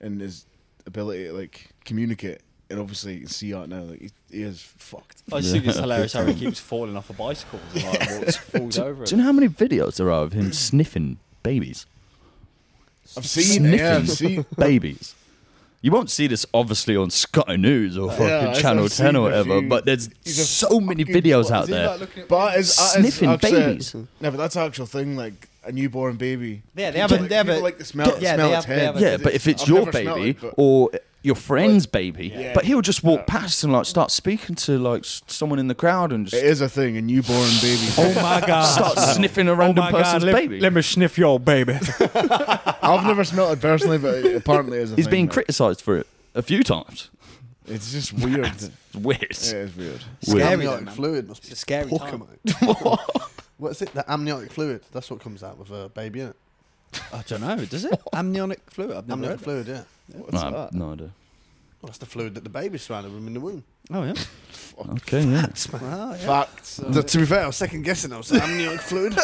Speaker 3: and his ability to like communicate. And obviously, you can see that now. Like, he, he is fucked.
Speaker 5: I just think it's hilarious how he keeps falling off a bicycle and like, walks, falls
Speaker 4: Do,
Speaker 5: over.
Speaker 4: do you know how many videos there are of him sniffing babies?
Speaker 3: I've seen it. Yeah, I've
Speaker 4: Sniffing
Speaker 3: seen.
Speaker 4: babies. You won't see this obviously on Sky News or fucking
Speaker 3: I've-
Speaker 4: Channel
Speaker 3: I've seen
Speaker 4: Ten or
Speaker 3: a
Speaker 4: whatever,
Speaker 3: few-
Speaker 4: but there's
Speaker 3: he's a
Speaker 4: so many
Speaker 3: fucking-
Speaker 4: videos
Speaker 3: what,
Speaker 4: out
Speaker 3: is he
Speaker 4: there.
Speaker 3: like looking at- But it's, it's
Speaker 4: Sniffing
Speaker 3: actually-
Speaker 4: babies.
Speaker 3: No, but that's the actual thing. Like a newborn baby.
Speaker 5: Yeah, they
Speaker 3: People
Speaker 5: haven't-
Speaker 3: like-
Speaker 5: they haven't-
Speaker 3: people like the smell.
Speaker 5: Yeah,
Speaker 3: smell
Speaker 5: they
Speaker 3: its
Speaker 5: have- they
Speaker 3: head.
Speaker 5: haven't-
Speaker 4: Yeah, but if it's
Speaker 3: I've
Speaker 4: your
Speaker 3: never smelled
Speaker 4: baby
Speaker 3: it, but-
Speaker 4: or your friend's baby,
Speaker 3: Yeah.
Speaker 4: but he'll just walk past and like start speaking to like s- someone in the crowd and
Speaker 3: It
Speaker 4: just
Speaker 3: is a thing, a newborn baby.
Speaker 2: Oh my God. Oh
Speaker 4: start sniffing a random person's baby.
Speaker 2: me sniff your baby.
Speaker 3: I've never smelled it personally, but it apparently is a
Speaker 4: He's
Speaker 3: thing.
Speaker 4: been
Speaker 3: mate.
Speaker 4: criticised for it a few times.
Speaker 3: It's just weird. it
Speaker 4: It's weird.
Speaker 3: is weird.
Speaker 4: Weird.
Speaker 2: Scary though,
Speaker 1: amniotic
Speaker 2: man.
Speaker 1: fluid must be
Speaker 2: It's a scary
Speaker 1: fucking
Speaker 2: time.
Speaker 1: out. what is it? The amniotic fluid. That's what comes out with a baby, innit?
Speaker 2: I don't know. Does it? Amniotic fluid. I've never
Speaker 1: Amniotic fluid,
Speaker 2: heard
Speaker 1: yeah.
Speaker 4: No, I- no idea.
Speaker 1: Well, that's the fluid that the baby's surrounded with in the womb.
Speaker 2: that. Oh yeah.
Speaker 4: Okay, yeah.
Speaker 2: Wow, yeah.
Speaker 1: Facts. to be fair, I was second guessing. I was like, amniotic fluid.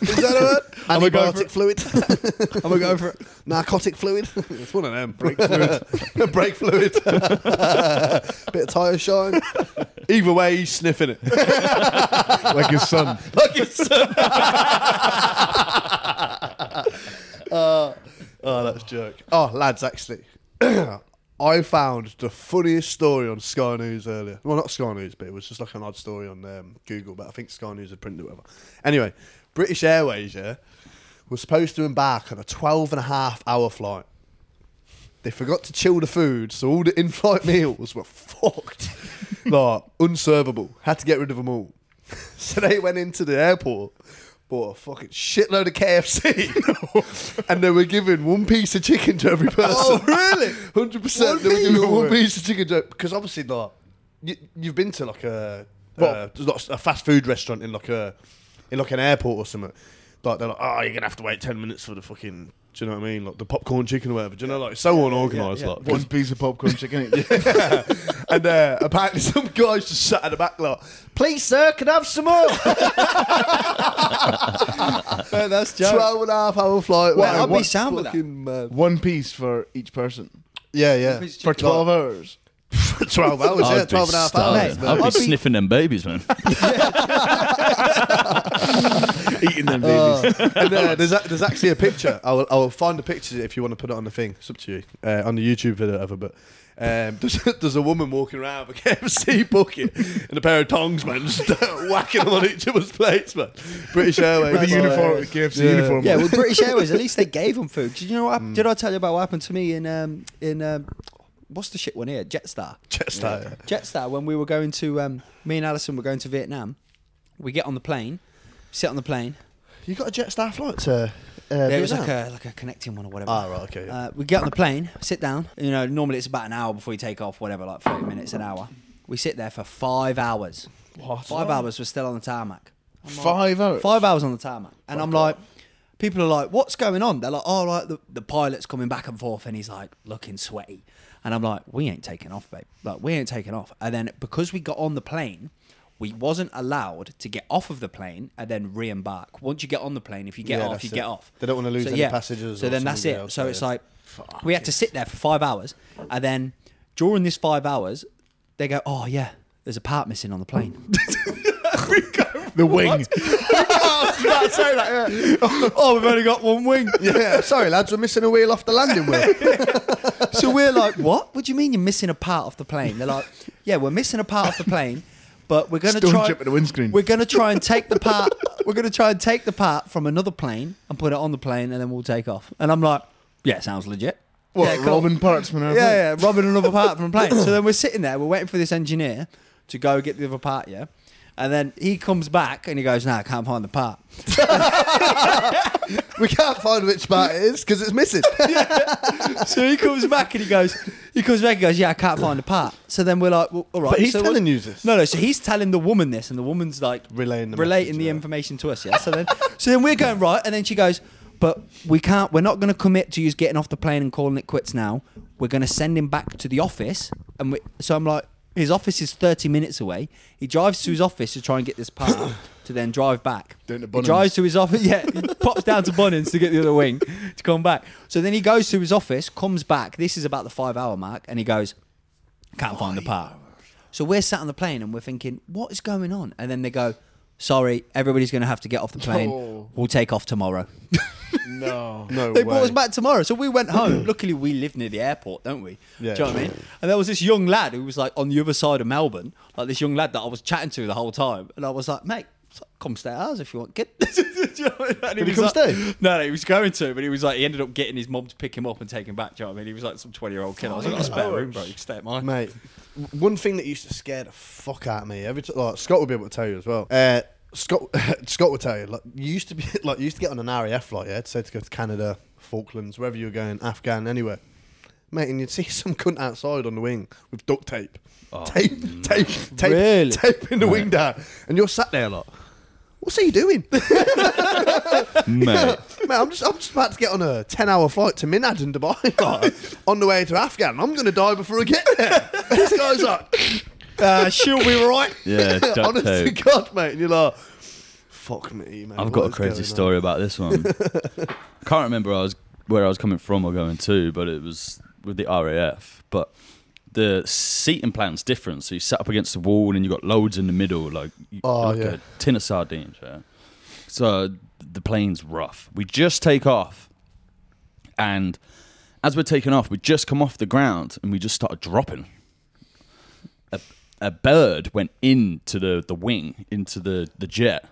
Speaker 1: Is that a word?
Speaker 2: we going for
Speaker 1: Antibiotic fluid.
Speaker 2: I'm gonna go for it.
Speaker 1: Narcotic fluid. it's one of them. Brake fluid. Brake fluid. Bit of tyre shine. Either way, he's sniffing it.
Speaker 3: Like his son.
Speaker 1: Look, it's. Uh, oh, that's a joke. Oh, lads, actually, I found the funniest story on Sky News earlier. Well, not Sky News, but it was just like an odd story on um, Google, but I think Sky News had printed it, whatever. Anyway, British Airways, yeah, was supposed to embark on a 12 and a half hour flight. They forgot to chill the food, so all the in-flight meals were fucked, like unservable. Had to get rid of them all. So they went into the airport, bought a fucking shitload of KFC, and they were giving one piece of chicken to every person. Oh, really? Hundred percent. They were giving one piece of chicken to because obviously, like, you, you've been to like a uh, like a fast food restaurant in like a in like an airport or something. Like they're like, oh, you're gonna have to wait ten minutes for the fucking. Do you know what I mean? Like the popcorn chicken or whatever. Do you know? Like it's so unorganised.
Speaker 5: yeah.
Speaker 1: Like
Speaker 3: One piece of popcorn chicken.
Speaker 1: and uh, apparently some guys just sat in the back lot. Please, sir, can I have some more?
Speaker 5: that's
Speaker 1: Twelve and a half hour flight.
Speaker 2: Well,
Speaker 1: Wow,
Speaker 2: I'd be
Speaker 1: what
Speaker 2: sound with that.
Speaker 1: fucking mad.
Speaker 3: One piece for each person.
Speaker 1: Yeah, yeah.
Speaker 2: piece of
Speaker 3: For 12 hours.
Speaker 1: twelve hours. Yeah,
Speaker 4: I'd be
Speaker 1: twelve and a half hours.
Speaker 4: starving.
Speaker 1: man.
Speaker 4: I'd be
Speaker 1: I'd be-
Speaker 4: sniffing them babies, man.
Speaker 3: Eating them babies.
Speaker 1: and uh, there's, a, there's actually a picture. I will, I will find the picture if you want to put it on the thing. It's up to you uh, on the YouTube video, or whatever. But um, there's, there's a woman walking around with a KFC bucket and a pair of tongs, man, just whacking them on each other's plates, man. British Airways
Speaker 3: With the
Speaker 1: like,
Speaker 3: uniform,
Speaker 1: uh,
Speaker 3: the KFC
Speaker 1: yeah.
Speaker 3: uniform.
Speaker 2: Yeah, well, British Airways. At least they gave them food. Did you know? What, hap- Did I tell you about what happened to me in um, in um, what's the shit one here? Jetstar.
Speaker 1: Just that.
Speaker 2: Jetstar, when we were going to, um, me and Alison were going to Vietnam, we get on the plane, sit on the plane.
Speaker 1: You got a Jetstar flight to? Uh,
Speaker 2: There was
Speaker 1: Vietnam?
Speaker 2: like a like a connecting one or whatever.
Speaker 1: Ah, right, okay, yeah.
Speaker 2: Uh, we get on the plane, sit down. You know, normally it's about an hour before you take off, whatever, like thirty minutes an hour. We sit there for five hours.
Speaker 1: What?
Speaker 2: Five hours. We're still on the tarmac.
Speaker 3: Five hours.
Speaker 2: Five hours on the tarmac, and I'm like, people are like, "What's going on?" They're like, "Oh, like the, the pilot's coming back and forth," and he's like looking sweaty, and I'm like, "We ain't taking off, babe. Like we ain't taking off." And then because we got on the plane, we wasn't allowed to get off of the plane and then re-embark. Once you get on the plane, if you get
Speaker 1: Yeah,
Speaker 2: off,
Speaker 1: that's
Speaker 2: you
Speaker 1: it.
Speaker 2: get off.
Speaker 1: They don't wanna lose
Speaker 2: so,
Speaker 1: any
Speaker 2: yeah.
Speaker 1: passengers
Speaker 2: So
Speaker 1: or
Speaker 2: then that's
Speaker 1: somebody
Speaker 2: it.
Speaker 1: else,
Speaker 2: so
Speaker 1: yeah.
Speaker 2: it's like we had to sit there for five hours, and then during this five hours, they go, "Oh yeah." There's a part missing on the plane.
Speaker 3: The wing.
Speaker 2: oh, we've only got one wing.
Speaker 1: yeah, sorry lads, we're missing a wheel off the landing wheel.
Speaker 2: So we're like, what? What do you mean you're missing a part of the plane? They're like, yeah, we're missing a part of the plane, but we're going to
Speaker 3: Stone
Speaker 2: try.
Speaker 3: chip at the windscreen.
Speaker 2: We're going to try and take the part. We're going to try and take the part from another plane and put it on the plane, and then we'll take off. And I'm like, yeah, sounds legit.
Speaker 3: What,
Speaker 2: Yeah, cool.
Speaker 3: Robin parts when I
Speaker 2: yeah, yeah, robbing another part from a plane. So then we're sitting there, we're waiting for this engineer to go get the other part, yeah. And then he comes back and he goes, "Nah, I can't find the part."
Speaker 1: we can't find which part it is because it's missing.
Speaker 2: so he comes back and he goes, he comes back and goes, "Yeah, I can't find the part." So then we're like, well, "All right."
Speaker 1: But he's
Speaker 2: so what-
Speaker 1: telling you this.
Speaker 2: No, no. So he's telling the woman this, and the woman's like
Speaker 1: Relaying the
Speaker 2: relating
Speaker 1: message,
Speaker 2: the
Speaker 1: yeah.
Speaker 2: information to us. Yeah. So then, so then we're going right, and then she goes, "But we can't. We're not going to commit to you getting off the plane and calling it quits now. We're going to send him back to the office." And we, so I'm like, his office is 30 minutes away. He drives to his office to try and get this part. To then drive back.
Speaker 3: Down to
Speaker 2: he
Speaker 3: Bunnings.
Speaker 2: drives to his office. Yeah, he pops down to Bunnings to get the other wing to come back. So then he goes to his office, comes back. This is about the five-hour mark, and he goes, can't find the part. So we're sat on the plane and we're thinking, what is going on? And then they go, sorry, everybody's going to have to get off the plane.
Speaker 3: No.
Speaker 2: We'll take off tomorrow.
Speaker 3: No.
Speaker 1: No
Speaker 2: they
Speaker 1: way.
Speaker 2: brought us back tomorrow. So we went home. Luckily, we live near the airport, don't we?
Speaker 1: Yeah.
Speaker 2: Do you know what I mean? And there was this young lad who was like on the other side of Melbourne, like this young lad that I was chatting to the whole time. And I was like, mate, come stay at ours if you want, kid. Do you know what I mean?
Speaker 1: Did
Speaker 2: And
Speaker 1: he
Speaker 2: was
Speaker 1: come
Speaker 2: like-
Speaker 1: stay?
Speaker 2: No, no, he was going to, but he was like, he ended up getting his mom to pick him up and take him back. Do you know what I mean? He was like some 20 year old kid. I was like, I've got a spare room, bro. You can stay at mine.
Speaker 1: Mate, w- one thing that used to scare the fuck out of me every time. Like, Scott would be able to tell you as well. Uh, Scott, Scott would tell you. Like, you used to be like you used to get on an RAF flight, yeah, to say to go to Canada, Falklands, wherever you were going, Afghan, anywhere. Mate, and you'd see some cunt outside on the wing with duct tape, tape, tape, tape,
Speaker 5: Really?
Speaker 1: tape in the wing down, and you're sat there a lot. What's he doing?
Speaker 4: Mate.
Speaker 1: Mate, I'm just I'm just about to get on a ten hour flight to Minad in Dubai like, on the way to Afghan. I'm gonna die before I get there. this guy's like
Speaker 2: Uh, she'll be right.
Speaker 4: Yeah, duct
Speaker 1: honest to
Speaker 4: tape.
Speaker 1: God, mate, and you're like Fuck me, man.
Speaker 4: I've
Speaker 1: what
Speaker 4: got a
Speaker 1: is
Speaker 4: crazy
Speaker 1: going
Speaker 4: story about this one. I can't remember I was where I was coming from or going to, but it was with the RAF. But the seating plan's different. So you sat up against the wall and you got loads in the middle, like, you-
Speaker 1: Oh,
Speaker 4: like
Speaker 1: yeah.
Speaker 4: a tin of sardines. Yeah? So the plane's rough. We just take off, and as we're taking off, we just come off the ground and we just started dropping. A, a bird went into the, the wing, into the, the jet.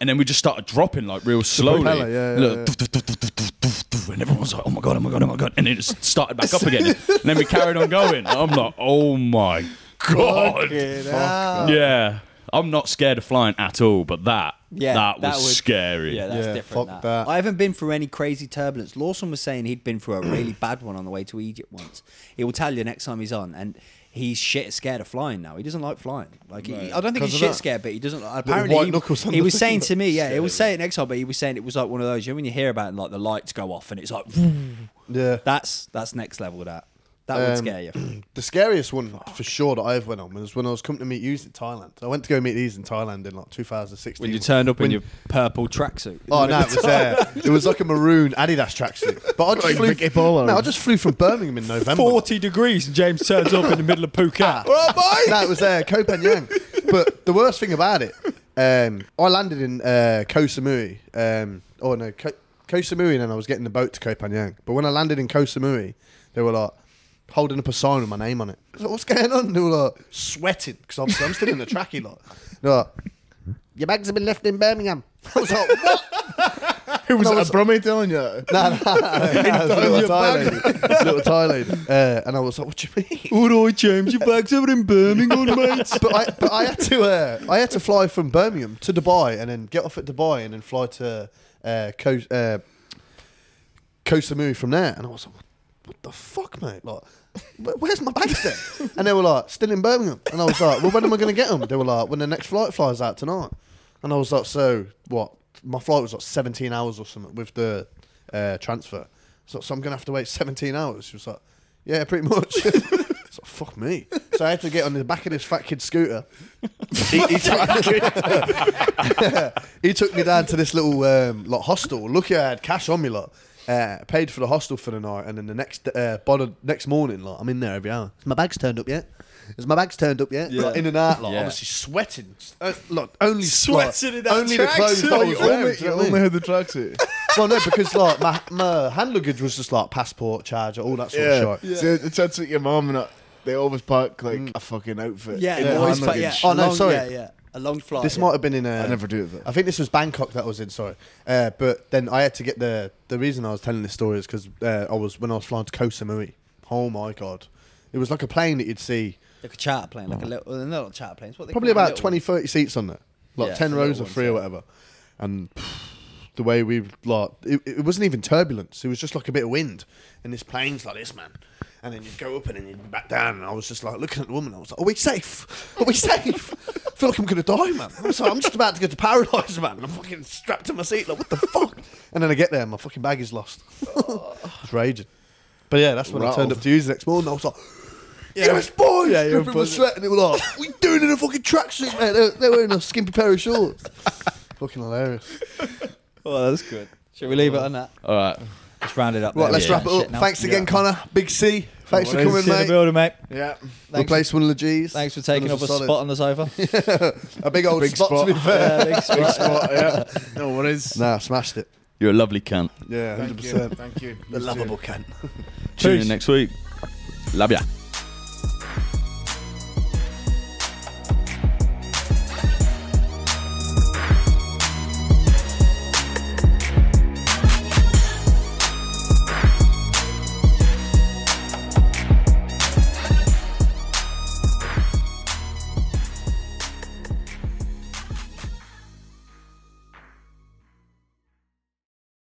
Speaker 4: And then we just started dropping like real slowly.
Speaker 1: propeller, yeah, yeah,
Speaker 4: Look,
Speaker 1: yeah.
Speaker 4: doof, doof, doof, doof, doof, doof, doof, doof, and everyone was like, oh my God, oh my God, oh my God. And it just started back up again. And then we carried on going. I'm like, oh my God. Yeah. I'm not scared of flying at all, but that,
Speaker 2: Yeah,
Speaker 4: that,
Speaker 2: that
Speaker 4: was
Speaker 2: would-
Speaker 4: scary.
Speaker 2: Yeah,
Speaker 4: Yeah,
Speaker 2: that's
Speaker 1: Yeah,
Speaker 2: different.
Speaker 1: fuck
Speaker 2: that.
Speaker 1: that.
Speaker 2: I haven't been through any crazy turbulence. Lawson was saying he'd been through a really bad one on the way to Egypt once. He will tell you next time he's on, and he's shit scared of flying now. He doesn't like flying. Like he- I don't think he's
Speaker 1: of
Speaker 2: shit
Speaker 1: that.
Speaker 2: scared, but he doesn't. Apparently,
Speaker 1: white
Speaker 2: he,
Speaker 1: knuckles on
Speaker 2: he
Speaker 1: the
Speaker 2: was
Speaker 1: thing,
Speaker 2: saying
Speaker 1: like,
Speaker 2: to me, yeah, he was saying it next time, but he was saying it was like one of those. You know, when you hear about it, like the lights go off and it's like,
Speaker 1: Yeah.
Speaker 2: that's that's next level. That that would
Speaker 1: Um,
Speaker 2: scare you.
Speaker 1: The scariest one for sure that I've went on was when I was coming to meet yous in Thailand. I went to go meet these in Thailand in like 2016.
Speaker 2: When you turned up
Speaker 1: When-
Speaker 2: in your purple tracksuit.
Speaker 1: Oh no, it was uh, it was like a maroon Adidas tracksuit. But I just flew.
Speaker 3: Vicky Polo.
Speaker 1: No, I just flew from Birmingham in November.
Speaker 2: degrees, and James turns up in the middle of Phuket.
Speaker 1: All right, boy. No, it was uh, Koh Phangan. but the worst thing about it, um, I landed in uh, Koh Samui. Um, oh no, Ko- Koh Samui, and then I was getting the boat to Koh Phangan. But when I landed in Koh Samui, they were like holding up a sign with my name on it. I was like, What's going on? They were like sweating because obviously I'm still in the tracky lot. They're like, your bags have been left in Birmingham. I was like, what?
Speaker 3: Who was
Speaker 1: No,
Speaker 3: it? A
Speaker 1: it's-
Speaker 3: Brummie telling you?
Speaker 1: Nah, nah, nah, nah, little Thai lady, little Thai lady. Uh, and I was like, what do you mean?
Speaker 2: All right, James, your bag's over in Birmingham, mate.
Speaker 1: but I but I had to uh, I had to fly from Birmingham to Dubai and then get off at Dubai and then fly to uh, Koh uh, Koh Samui from there. And I was like, what the fuck, mate? Like, wh- where's my bags then? and they were like, still in Birmingham. And I was like, well, when am I going to get them? They were like, when the next flight flies out tonight. And I was like, so what? My flight was like 17 hours or something with the uh, transfer. So, so I'm going to have to wait 17 hours. She was like, yeah, pretty much. It's like, fuck me. So I had to get on the back of this fat kid scooter. He, he took, he took me down to this little um, like hostel. Lucky I had cash on me, lot. Uh, paid for the hostel for the night, and then the next uh, by the next morning, like I'm in there every hour. Has my bag's turned up yet? Is my bag's turned up yet? Like, in and out, like
Speaker 4: Yeah.
Speaker 1: obviously sweating. Uh, like only
Speaker 5: Sweating
Speaker 1: like,
Speaker 5: in that
Speaker 1: only the clothes
Speaker 5: tracksuit.
Speaker 1: that I
Speaker 3: You
Speaker 1: was
Speaker 3: only,
Speaker 1: wearing. do
Speaker 3: you
Speaker 1: you know what I mean?
Speaker 3: only had the tracksuit.
Speaker 1: Well, no, because like my my hand luggage was just like passport, charger, all that sort
Speaker 3: yeah.
Speaker 1: of shit.
Speaker 3: yeah. So the tracksuit your mum and I, uh, they always pack like a fucking outfit.
Speaker 2: Yeah,
Speaker 3: in
Speaker 2: they
Speaker 3: their
Speaker 2: always
Speaker 3: hand
Speaker 2: pack-
Speaker 3: luggage.
Speaker 2: yeah.
Speaker 1: Oh no,
Speaker 2: Long-
Speaker 1: sorry.
Speaker 2: yeah, yeah. A long flight.
Speaker 1: This might have been in a.
Speaker 3: I never do it, though.
Speaker 1: I think this was Bangkok that I was in. Sorry, uh, but then I had to get the. The reason I was telling this story is because uh, I was when I was flying to Koh Samui. Oh my god, it was like a plane that you'd see
Speaker 2: like a charter plane, like a little. They're not charter planes. What they
Speaker 1: probably
Speaker 2: call them,
Speaker 1: about
Speaker 2: little
Speaker 1: 20, 30 seats on it, like
Speaker 2: Yeah,
Speaker 1: ten
Speaker 2: the
Speaker 1: rows
Speaker 2: little
Speaker 1: or three or
Speaker 2: ones,
Speaker 1: whatever, and. The way we like, it, it wasn't even turbulence. It was just like a bit of wind, and this plane's like this, man. And then you'd go up and then you'd back down, and I was just like looking at the woman. I was like, "Are we safe? Are we safe?" I feel like I'm gonna die, man. I was like, "I'm just about to go to paradise, man." And I'm fucking strapped to my seat, like, "What the fuck?" And then I get there, and my fucking bag is lost. it's raging. But yeah, that's when I turned
Speaker 3: Rattled.
Speaker 1: up to you the next morning. I was like. Yes, boy! Yeah,
Speaker 2: you're
Speaker 1: Everyone was
Speaker 2: buzzing.
Speaker 1: sweating. It was like, we doing in a fucking tracksuit, mate. They were, they were wearing a skimpy pair of shorts. fucking hilarious.
Speaker 5: Oh, that's good. Should we leave it on that?
Speaker 4: All right.
Speaker 2: Just round it up.
Speaker 1: Right,
Speaker 2: there,
Speaker 1: let's
Speaker 2: yeah,
Speaker 1: wrap it
Speaker 2: shit
Speaker 1: up.
Speaker 2: now.
Speaker 1: Thanks again,
Speaker 3: Yeah.
Speaker 1: Connor. Big C. Thanks for coming,
Speaker 3: worries.
Speaker 5: See you in the
Speaker 1: mate.
Speaker 5: building, mate.
Speaker 3: Yeah.
Speaker 1: Replace one of the G's.
Speaker 5: Thanks for taking
Speaker 1: Done
Speaker 5: up
Speaker 1: us
Speaker 5: a
Speaker 1: solid.
Speaker 5: spot on the sofa.
Speaker 1: A big old
Speaker 3: Big
Speaker 1: spot, to be
Speaker 3: spot.
Speaker 1: fair.
Speaker 3: Big spot, yeah. No worries.
Speaker 1: Nah, smashed it.
Speaker 4: You're a lovely cunt.
Speaker 1: Yeah,
Speaker 3: Thank
Speaker 1: 100%.
Speaker 3: you. Thank you.
Speaker 1: The lovable cunt.
Speaker 4: Tune
Speaker 5: Peace.
Speaker 4: in next week. Love ya.